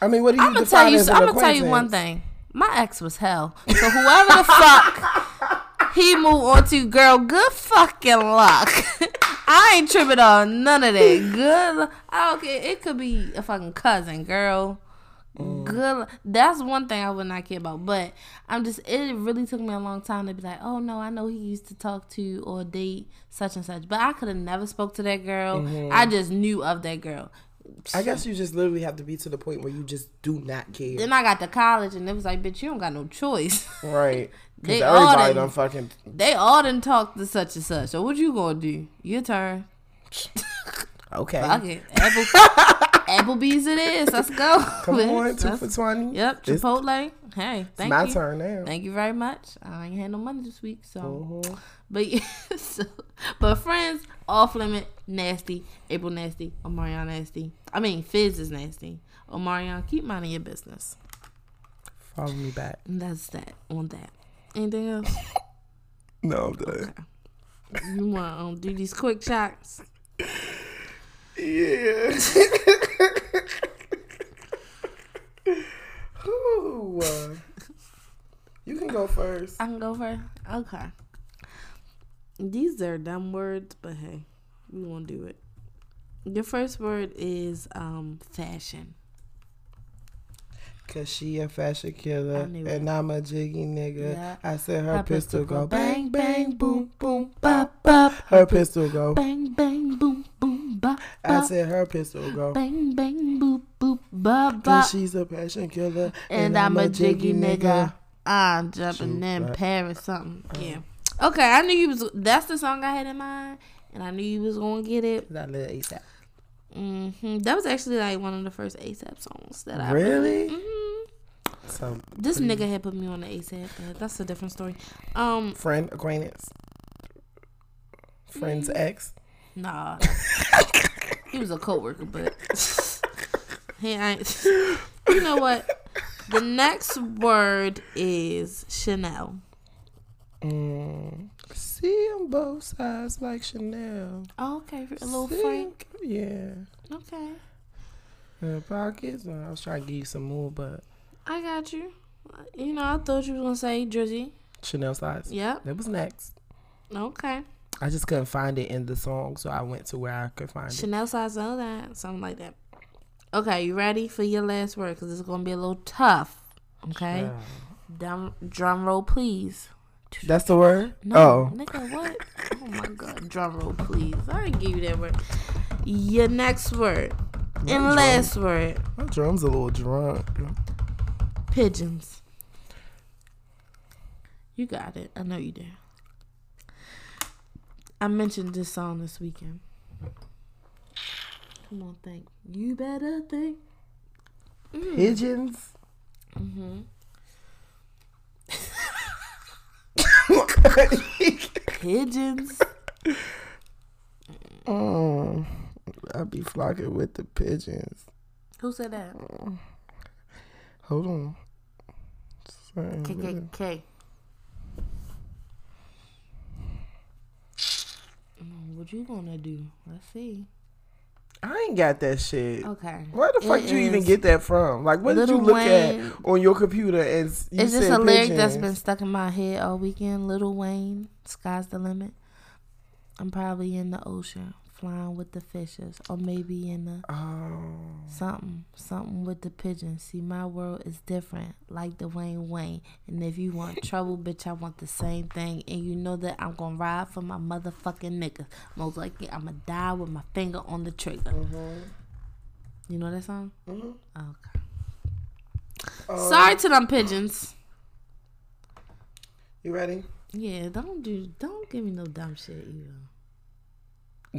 I mean, what do you
I'm gonna
define
tell you.
as an
I'm gonna tell you
acquaintance?
one thing. My ex was hell. So whoever the fuck he moved on to, girl, good fucking luck. [laughs] I ain't tripping on none of that. Good. lu- I don't care. It could be a fucking cousin, girl. Good. lu- That's one thing I would not care about. But I'm just. It really took me a long time to be like, oh no, I know he used to talk to or date such and such, but I could have never spoke to that girl. I just knew of that girl.
I guess you just literally have to be to the point where you just do not care.
Then I got to college and it was like, bitch, you don't got no choice. [laughs]
right. Because
They all
everybody
done-
done fucking.
they all done talked to such and such. So what you gonna do? Your turn.
Okay.
Fuck it.
[laughs]
Apple, Applebee's it is. Let's go. [laughs]
Come
bitch.
on, two
Let's-
for 20.
Yep,
It's
Chipotle. Hey, thank
my
you.
turn now. Mm-hmm.
Thank you very much. I ain't had no money this week, so.
Oh.
But yeah, [laughs] so, but friends off limit nasty. April nasty. Omarion nasty. I mean, Fizz is nasty. Omarion, keep minding your business.
Follow me back.
And that's that on that. Anything else?
No, I'm done.
You want to um, do these quick shots?
Yeah. [laughs] Ooh, uh, you can go first.
I can go first. Okay. These are dumb words, but hey, we gonna do it. Your first word is um fashion.
Cause she a fashion
I
killer
knew it.
and I'm a jiggy nigga.
Yeah.
I said her,
Her
pistol,
pistol
go
go
bang
bang,
bang boom boom bop.
Bop bop.
Her pistol go.
Bang bang boom boom bop.
I
bop.
said her pistol go.
Bang bang boop boop bop bop.
Cause she's a passion killer
and I'm a jiggy nigga. I'm jumping in Paris something. Yeah. Okay, I knew you was. That's the song I had in mind, and I knew you was gonna get it.
That little ASAP.
hmm That was actually like one of the first ASAP songs that I
Really?
Mhm.
Some
This nigga had put me on the ASAP. but That's a different story. Um,
friend acquaintance. Friend's
Mm-hmm.
ex.
nah. he was a coworker, but he ain't. You know what? The next word is Chanel.
Mm. See 'em both sides like Chanel.
Oh, okay, a little
See 'em-
Frank.
Yeah.
Okay,
Her pockets. uh, I was trying to give you some more, but
I got you. You know, I thought you was gonna say Drizzy.
Chanel size.
Yep.
That was next.
Okay.
I just couldn't find it in the song, so I went to where I could find it.
Chanel size all that, something like that. Okay, you ready for your last word? Cause it's gonna be a little tough. Okay. Drum, drum roll, please.
That's the word?
No,
Oh.
nigga, what? [laughs] Oh my god, drum roll, please. I already gave you that word. Your next word and last word:
My drum's a little drunk.
pigeons. You got it. I know you did. I mentioned this song this weekend. Come on, think. You better think.
Pigeons.
Mm-hmm. Pigeons.
[laughs] Mm. I be flocking with the pigeons.
Who said that?
Hold on. Something with-
KKK. Mm, What you gonna do? Let's see.
I ain't got that shit.
Okay.
Where the fuck
Oh, It
did you even
is-
get that from? Like, what did you
Lil
look
Wayne.
at on your computer? And s- you
It's just a
said
lyric that's
pigeons?
been stuck in my head all weekend. Little Wayne, sky's the limit. I'm probably in the ocean, flying with the fishes, or maybe in the
Oh,
something, something with the pigeons. See, my world is different, like the Wayne Wayne. And if you
[laughs]
want trouble, bitch, I want the same thing. And you know that I'm gonna ride for my motherfucking niggas. Most likely, I'm gonna die with my finger on the trigger.
Mm-hmm.
You know that song? Mm-hmm. Okay. Sorry to them pigeons.
you ready?
Yeah, don't do, don't give me no dumb shit either.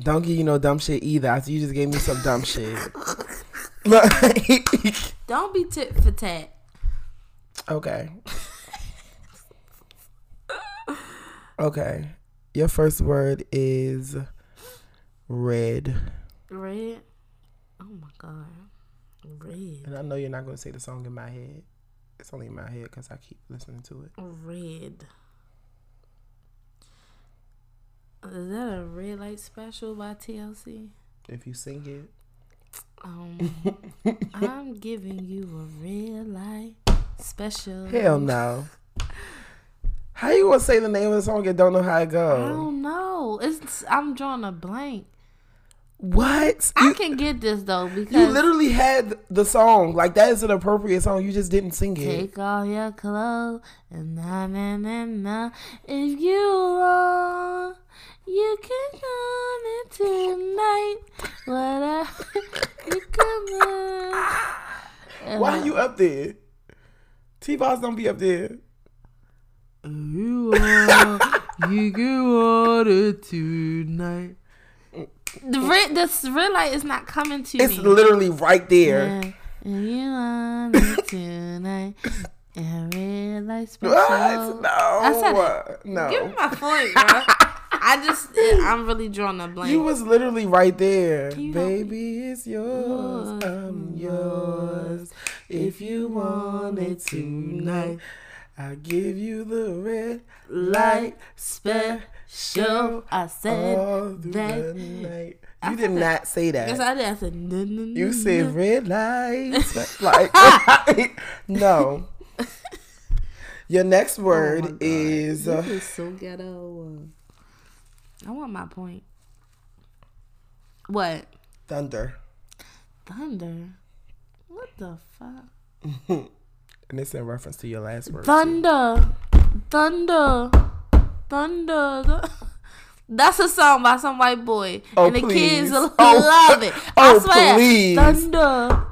Don't give you no dumb shit either. I- You just gave me some dumb shit. Like-
Don't be tit for tat.
okay. Okay. Your first word is red.
Red. Oh my god. Red.
And I know you're not going to say the song in my head. It's only in my head because I keep listening to it.
Red. Is that a red light special by TLC?
If you sing it,
[laughs] Um, I'm giving you a red light special.
Hell no. How you gonna say the name of the song and don't know how it
I
goes?
don't know. It's I'm drawing a blank.
What?
I
You,
can get this though because
you literally had the song. Like that is an appropriate song. You just didn't sing it.
Take all your clothes and na na na na. If you want, you can on it tonight. Whatever you could
up there. T Boss don't be up there.
You are, you get water tonight. The red, this red light is not coming to
It's
me.
literally right there.
Yeah. And you want me tonight. And
[laughs]
red
Ah,
light special.
[laughs] What? No.
I said it.
no.
Give me my point, bro. I just, I'm really drawing a blank.
You was literally right there.
you help me? Uh-huh.
Baby, it's yours. I'm yours. If you want it tonight, I give you the red light.
special. I said
all through the
that.
night. You did not say
Yes,
that.
I did. I said, no, no, no.
You
no.
said red light.
[laughs]
Like, no. Your next
Oh
word is uh,
This is so ghetto. I want my point. What?
thunder,
Thunder? What the fuck?
and it's in reference to your last word.
Thunder. Thunder. Thunder. [laughs] Th- That's a song by some white boy.
Oh,
and the kids
please.
love
Oh,
it.
[laughs] oh,
I swear.
please.
Thunder.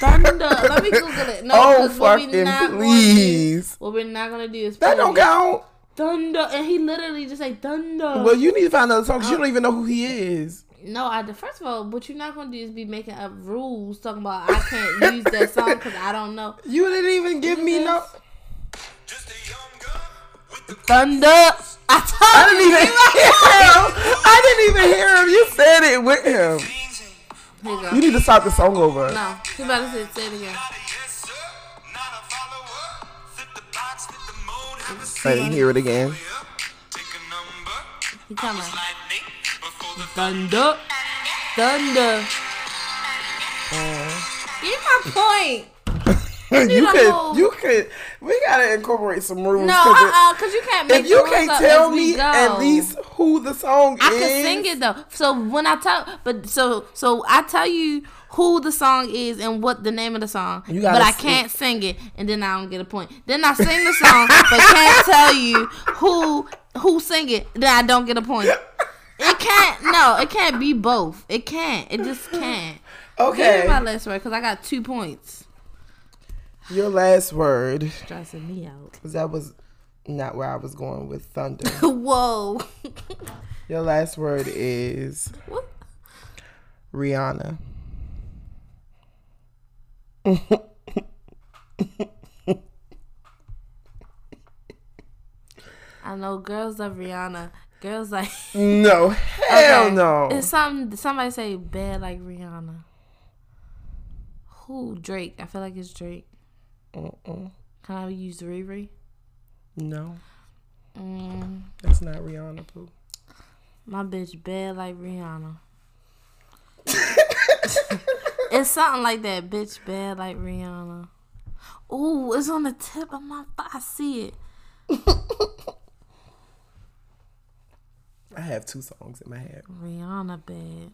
Thunder. Let me Google it. No,
[laughs] Oh,
'cause what we
fucking
not gonna do-
please.
What we're not going to do is
That
play
don't
it.
count.
Thunder. And he literally just say thunder.
Well, you need to find another song
Oh.
'cause you don't even know who he is.
No, I first of all, what you're not gonna do is be making up rules talking about I can't use
[laughs]
that song because I don't know.
You didn't even give me no.
Thunder, I told
I didn't even
[laughs]
hear him. I didn't even hear him. You said it with him.
you. Here
You
you go.
need to start the song over.
No, he about to say, say it again.
I didn't hear it again.
He coming. Thunder, thunder. Euh. Get my point. need
you
a
could,
whole-
you could. We gotta incorporate some rules.
No,
'cause it-
uh, uh, cause you can't make
if you
rules
can't
up
tell
as we
me
go.
at least who the song
I
is,
can sing it though. So when I tell, but so so I tell you who the song is and what the name of the song,
You gotta
but I
sing-
can't sing it, and then I don't get a point. Then I sing the song, but can't tell you who who sing it, then I don't get a point. It can't. No, it can't be both. It can't. It just can't. Give me my
[laughs] Okay,
last word because I got two points.
your last word.
Stressing me [laughs] out.
'Cause that was not where I was going with
[laughs]
thunder.
Whoa.
your last word is
what?
Rihanna.
I know girls love Rihanna. Girls like.
No, [laughs] hell
[laughs] Okay.
no.
It's some somebody say bad like Rihanna. Who Drake? I feel like it's Drake.
Mm-mm.
Can I use Riri?
No,
Mm,
that's not Rihanna. Boo.
my bitch bad like
[laughs]
Rihanna. it's something like that. Bitch bad like Rihanna. Ooh, it's on the tip of my. Th- I see it.
I have two songs in my head.
Rihanna bad.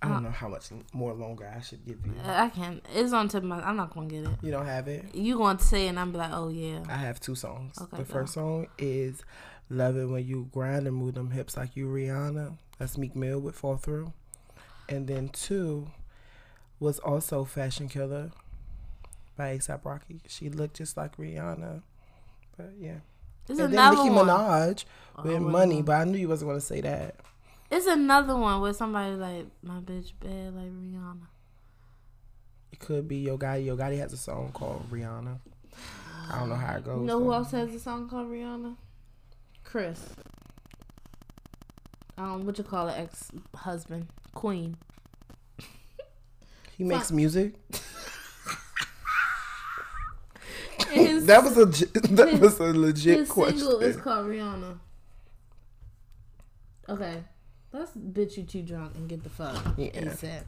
I
Uh.
don't know how much more longer I should give you.
I can't. It's on tip of my. I'm not gonna get it.
You don't have it.
You gonna say it and I'm be like, oh yeah.
I have two songs.
Okay,
the
go.
first song is "Love It When You Grind and Move Them Hips Like You Rihanna." That's Meek Mill with "Fall Through," and then two was also "Fashion Killer" by ASAP Rocky. She looked just like Rihanna, but yeah.
It's
and then
another
Nicki
one. Oh,
Minaj with
I wouldn't
"Money,"
know.
but I knew you wasn't gonna say that.
It's another one where somebody like my bitch bad like Rihanna.
It could be Yo Gotti. Yo Gotti has a song called Rihanna. I don't know how it goes.
You know who
though.
else has a song called Rihanna? Chris. Um, what you call it, ex husband, Queen.
He makes music.
[laughs] And his,
That was a j- [laughs] that
[laughs] his-
was a legit
his
question.
single is called Rihanna. Okay, that's bitch you too drunk and get the fuck
Yeah.
ASAP.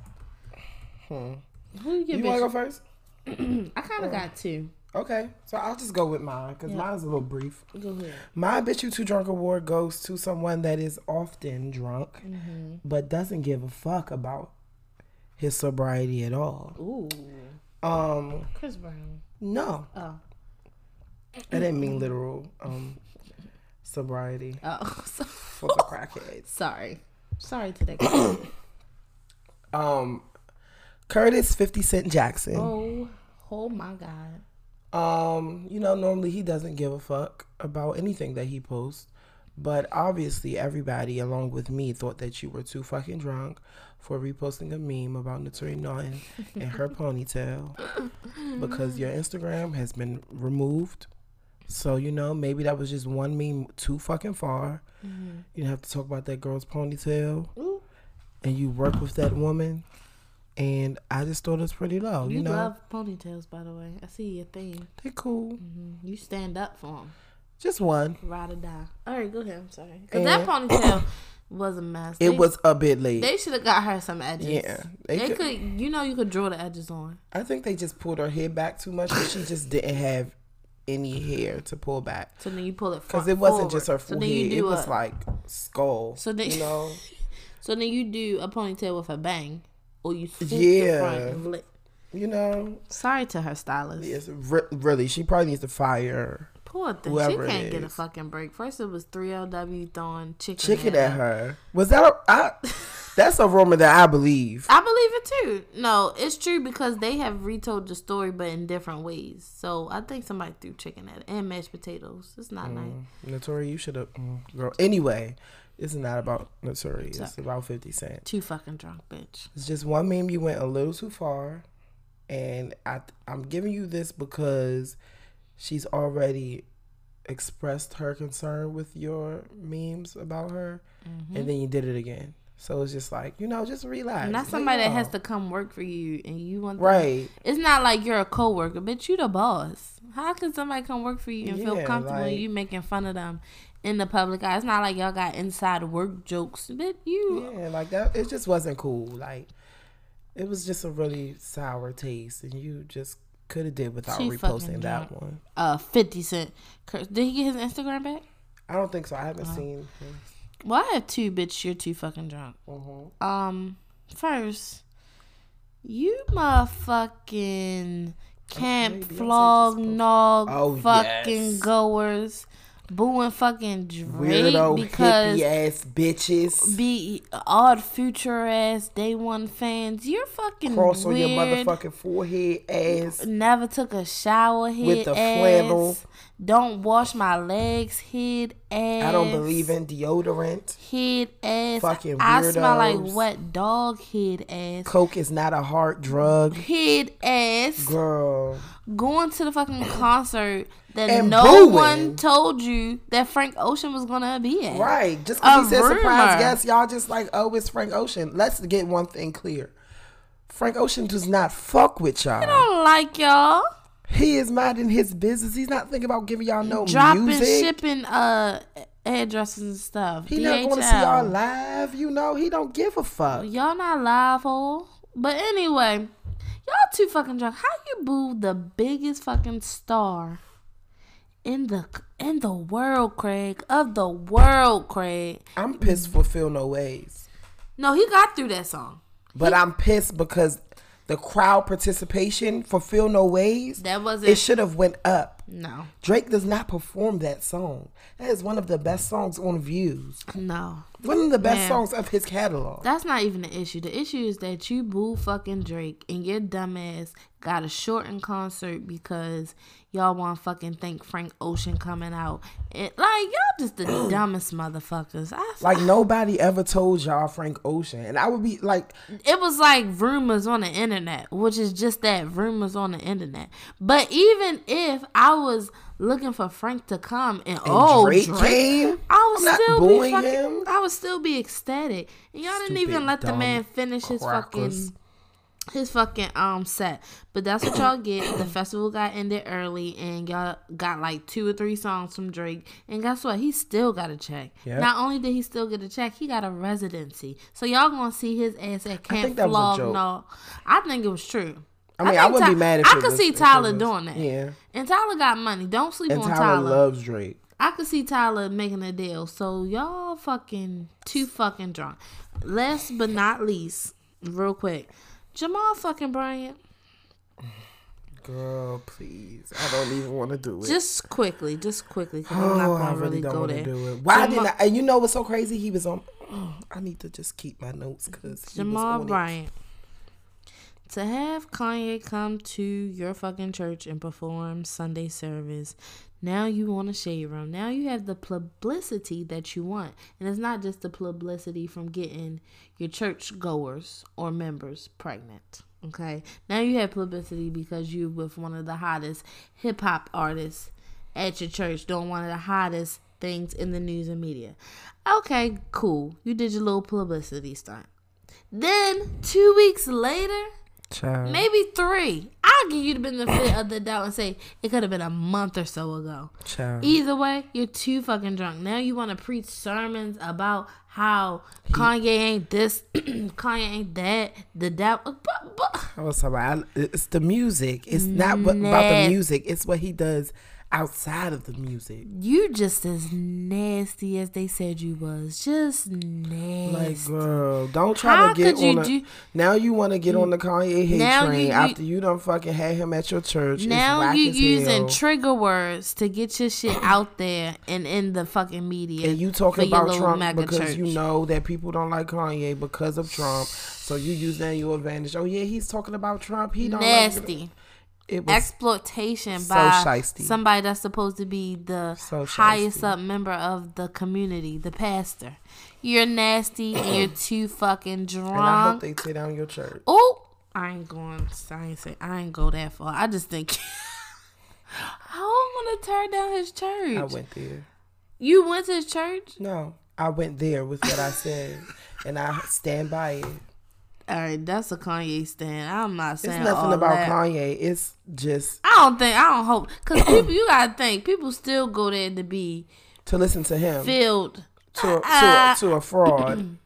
Hmm.
Who you get?
You Oh. want to go
bitch?
first?
[clears throat] I kind of got two.
Okay, so I'll just go with mine because
Yeah.
mine is a little brief.
Go ahead.
My Bitch You Too Drunk award goes to someone that is often drunk
Mm-hmm.
but doesn't give a fuck about his sobriety at all.
Ooh,
Um,
Chris Brown.
no,
Oh,
I didn't mean literal um sobriety
oh, [laughs] so-
for the crackheads.
sorry, sorry today.
Um, Curtis 50 Cent Jackson.
[coughs] Oh, oh my God.
Um, you know, normally he doesn't give a fuck about anything that he posts, but obviously everybody, along with me, thought that you were too fucking drunk for reposting a meme about Notori Norton and her ponytail because your Instagram has been removed. So you know, maybe that was just one meme too fucking far. You have to talk about that girl's ponytail, and you work with that woman. And I just thought it's pretty low. You,
You
know,
love ponytails, by the way. I see your thing.
they cool.
You stand up for them.
Just one.
Ride or die. All right, go ahead. I'm sorry. Because that ponytail was a mess.
It
They-
was a bit late.
They should have got her some edges.
Yeah,
They,
they
could,
could-
You know, you could draw the edges on.
I think they just pulled her hair back too much, but she just didn't have any hair to pull back.
So then you pull it front
Because it wasn't
forward.
just her
So
full
then you
head; it
do
was
a-
like skull.
So then- [laughs]
you know,
So then you do a ponytail with a bang, or you swoop the
Yeah.
front and flip.
you know,
Sorry to her stylist.
it's re- really she probably needs to fire
Poor thing. She
Whoever it
can't get a
is.
fucking break. First it was 3LW throwing chicken.
chicken at her. Was that a? I, that's a rumor that I believe.
I believe it too. No, it's true because they have retold the story, but in different ways. So I think somebody threw chicken at it and mashed potatoes. It's
Mm.
not nice.
Notori, you should have, girl. Anyway, it's not about Notori. It's about Fifty Cent.
Too fucking drunk, bitch.
It's just one meme you went a little too far, and I I'm giving you this because she's already expressed her concern with your memes about her,
Mm-hmm.
and then you did it again. So it's just like you know, just relax.
Not
Leave
somebody
it
that has
alone.
to come work for you and you want them-
right.
It's not like you're a coworker, bitch. You the boss. How can somebody come work for you and feel
Yeah,
comfortable and
like-
you making fun of them in the public eye? It's not like y'all got inside work jokes, but you.
Yeah, like that. It just wasn't cool. Like it was just a really sour taste, and you just could have did without
She fucking
reposting that one.
Uh, Fifty Cent. Cur- Did he get his Instagram back?
I don't think so. I haven't seen.
Well, I have two, bitch. You're too fucking drunk. Um, first, you motherfucking camp flog nog
Oh,
fucking
yes.
goers, booing fucking Drake
Weirdo
because
hippie ass bitches.
be odd future ass day one fans. You're fucking
cross
weird.
on your motherfucking forehead, ass.
Never took a shower head
With the
ass.
flannel.
Don't wash my legs head ass.
I don't believe in deodorant.
head ass.
Fucking
I smell like
weirdos.
wet dog head ass.
Coke is not a hard drug,
Head ass
girl.
going to the fucking concert that
And
no
booing.
one told you that Frank Ocean was gonna be at.
Right? Just
A
because he said
rumor.
surprise guest, y'all just like, oh, it's Frank Ocean. Let's get one thing clear: Frank Ocean does not fuck with
I
y'all.
don't like y'all.
He is minding his business. He's not thinking about giving y'all no
dropping
music.
shipping uh addresses and stuff.
He
DHL.
not going to see y'all live. You know, he don't give a fuck.
Y'all not live hole. But anyway, y'all too fucking drunk. How you boo the biggest fucking star in the in the world, Craig? Of the world, Craig.
I'm pissed for Phil No Ways.
No, he got through that song.
But I'm pissed because the crowd participation for Feel No Ways,
That wasn't
it should have went up.
no.
Drake does not perform that song. That is one of the best songs on views.
No.
One of the best
Man.
songs of his catalog.
That's not even the issue. The issue is that you boo fucking Drake and your dumbass got a shortened concert because y'all want fucking think Frank Ocean coming out. It, like y'all just the dumbest motherfuckers. I,
Like nobody ever told y'all Frank Ocean, and I would be like,
it was like rumors on the internet, which is just that rumors on the internet. But even if I was looking for Frank to come and, oh
Drake
Drake,
came?
I
I'm
would
not
still be
booing
fucking,
him.
I would still be ecstatic. And y'all didn't
Stupid,
even let the
dumb
man finish his
crackers.
fucking his fucking um set. But that's what y'all get.
[coughs]
The festival got ended early and y'all got like two or three songs from Drake. And guess what? He still got a check.
Yep.
Not only did he still get a check, he got a residency. So y'all gonna see his ass at Camp
think that
Flog.
was a joke.
No, I think it was true.
I mean, I,
think
wouldn't
Ty-
be mad if
I
it
could
was-
see
if it
Tyler
was-
doing that.
Yeah,
And Tyler got money. Don't sleep
and
on
Tyler,
Tyler.
loves Drake.
I could see Tyler making a deal. So y'all fucking too fucking drunk. Last but not least, real quick, Jamal fucking Bryant.
Girl, please, I don't even want to do it.
Just quickly, just quickly, because I'm
Oh,
not
I
gonna
really
really,
don't
go
want to
there.
do it. Why
Jamal-
didn't I? And you know what's so crazy? "Oh, He was on. I need to just keep my notes because
Jamal Bryant To have Kanye come to your fucking church and perform Sunday service, now you want a shade room. Now you have the publicity that you want. And it's not just the publicity from getting your church goers or members pregnant. Okay. Now you have publicity because you with one of the hottest hip hop artists at your church doing one of the hottest things in the news and media. Okay, cool. You did your little publicity stunt. Then two weeks later,
Child.
maybe three. I'll give you the benefit of the doubt and say it could have been a month or so ago.
Child.
Either way, you're too fucking drunk. Now you want to preach sermons about how Kanye ain't this, [clears throat] Kanye ain't that, the doubt. But, but,
I was talking about, I- it's the music. It's not what, about the
Nah.
music. It's what he does outside of the music.
you just as nasty as they said you was. Just nasty.
Like, girl, don't try
How
to get
could you
on. a-
do-
now you want to get on the Kanye hate
Now you-
train
you-
after you done fucking had him at your church. it's
now
whack
you
as
using
hell.
trigger words to get your shit out there and in the fucking media.
and you
for
talking
your
about
little
Trump
mega
because you
church.
know that people don't like Kanye because of Trump. So you use that in your advantage. Oh yeah, he's talking about Trump. He don't Like
nasty
it was
exploitation
so
by
shiesty.
somebody that's supposed to be the
So
highest
shiesty.
up member of the community, the pastor. You're nasty and
[clears throat]
you're too fucking
and I
drunk.
hope they tear down your church.
Oh, I ain't going. I ain't say I ain't go that far. I just think. [laughs] I don't want to tear down his church.
I went there.
You went to his church?
No, I went there with what I said, and I stand by it.
All right, that's a Kanye stand. I'm not
It's
saying
nothing
all
about
that.
Kanye. It's just
I don't think. I don't hope because people. You gotta think people still go there to be
to listen to him
filled.
to a,
Ah.
to a, to
[clears throat]
a fraud.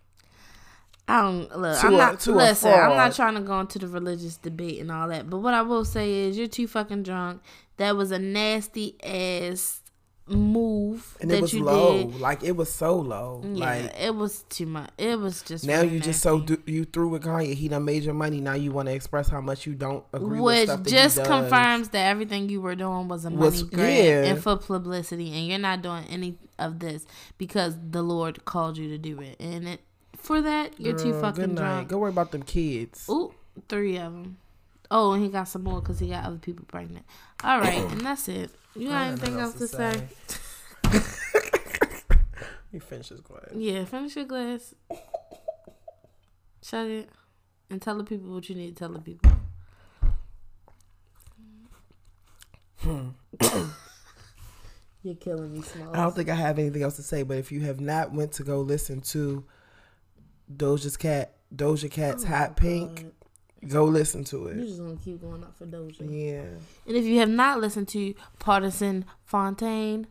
I don't look.
To
I'm
a-
not.
to a
listen, I'm
fraud.
not trying to go into the religious debate and all that. But what I will say is, you're too fucking drunk. That was a nasty ass move
And
that
it was
you
low.
did.
Like it was so low.
Yeah,
Like
it was too much. It was just
Now
really
you just
nasty.
so do, you through with Kanye. He done made your money. Now you want to express how much you don't agree with
which
stuff that
just
he does.
confirms that everything you were doing was a money
Was-
grab
yeah.
and for publicity, and you're not doing any of this because the Lord called you to do it, and it for that you're too
Girl,
fucking
good night.
drunk.
Go worry about them kids.
Ooh, three of them. Oh, and he got some more because he got other people pregnant. All right, and that's it. You got
don't
anything
know what
else to
else
say?
to [laughs] You finish this glass.
Yeah, finish your glass. Shut it. And tell the people what you need to tell the people.
Hmm.
[coughs] You're killing me, Smalls.
I don't think I have anything else to say. But if you have not went to go listen to Doja's cat, Doja Cat's
Oh
Hot Pink, go listen to
You're
it.
just gonna keep going up for Doja.
Yeah,
And if you have not listened to Partisan Fontaine,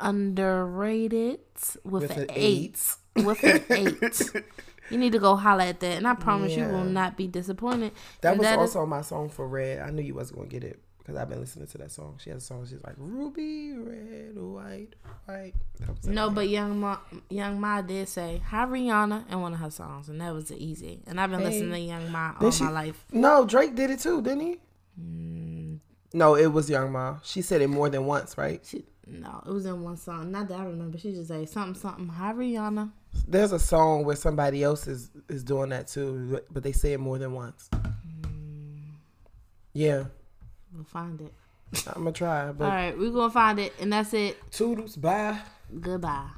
underrated with,
with
an
an
eight. [laughs]
eight.
With an
[laughs]
eight. You need to go holla at that. And I promise you will
Yeah.
not be disappointed.
That
And
was
is-
also my song for Red. I knew you wasn't gonna get it because I've been listening to that song. She has a song. She's like Ruby Red, White, White. That was it.
No, but Young Ma, Young Ma did say hi Rihanna in one of her songs, and that was easy. And I've been
Hey.
listening to Young Ma all
Then she-
my life.
No, Drake did it too, didn't he?
Mm.
No, it was Young Ma. She said it more than once, right?
She, no, it was in one song. Not that I remember. She just said something, something. Hi Rihanna.
There's a song where somebody else is is doing that too, but they say it more than once. Yeah,
We'll find it.
I'm gonna try, but
All right, we're gonna find it, and that's it.
toodles, bye.
Goodbye.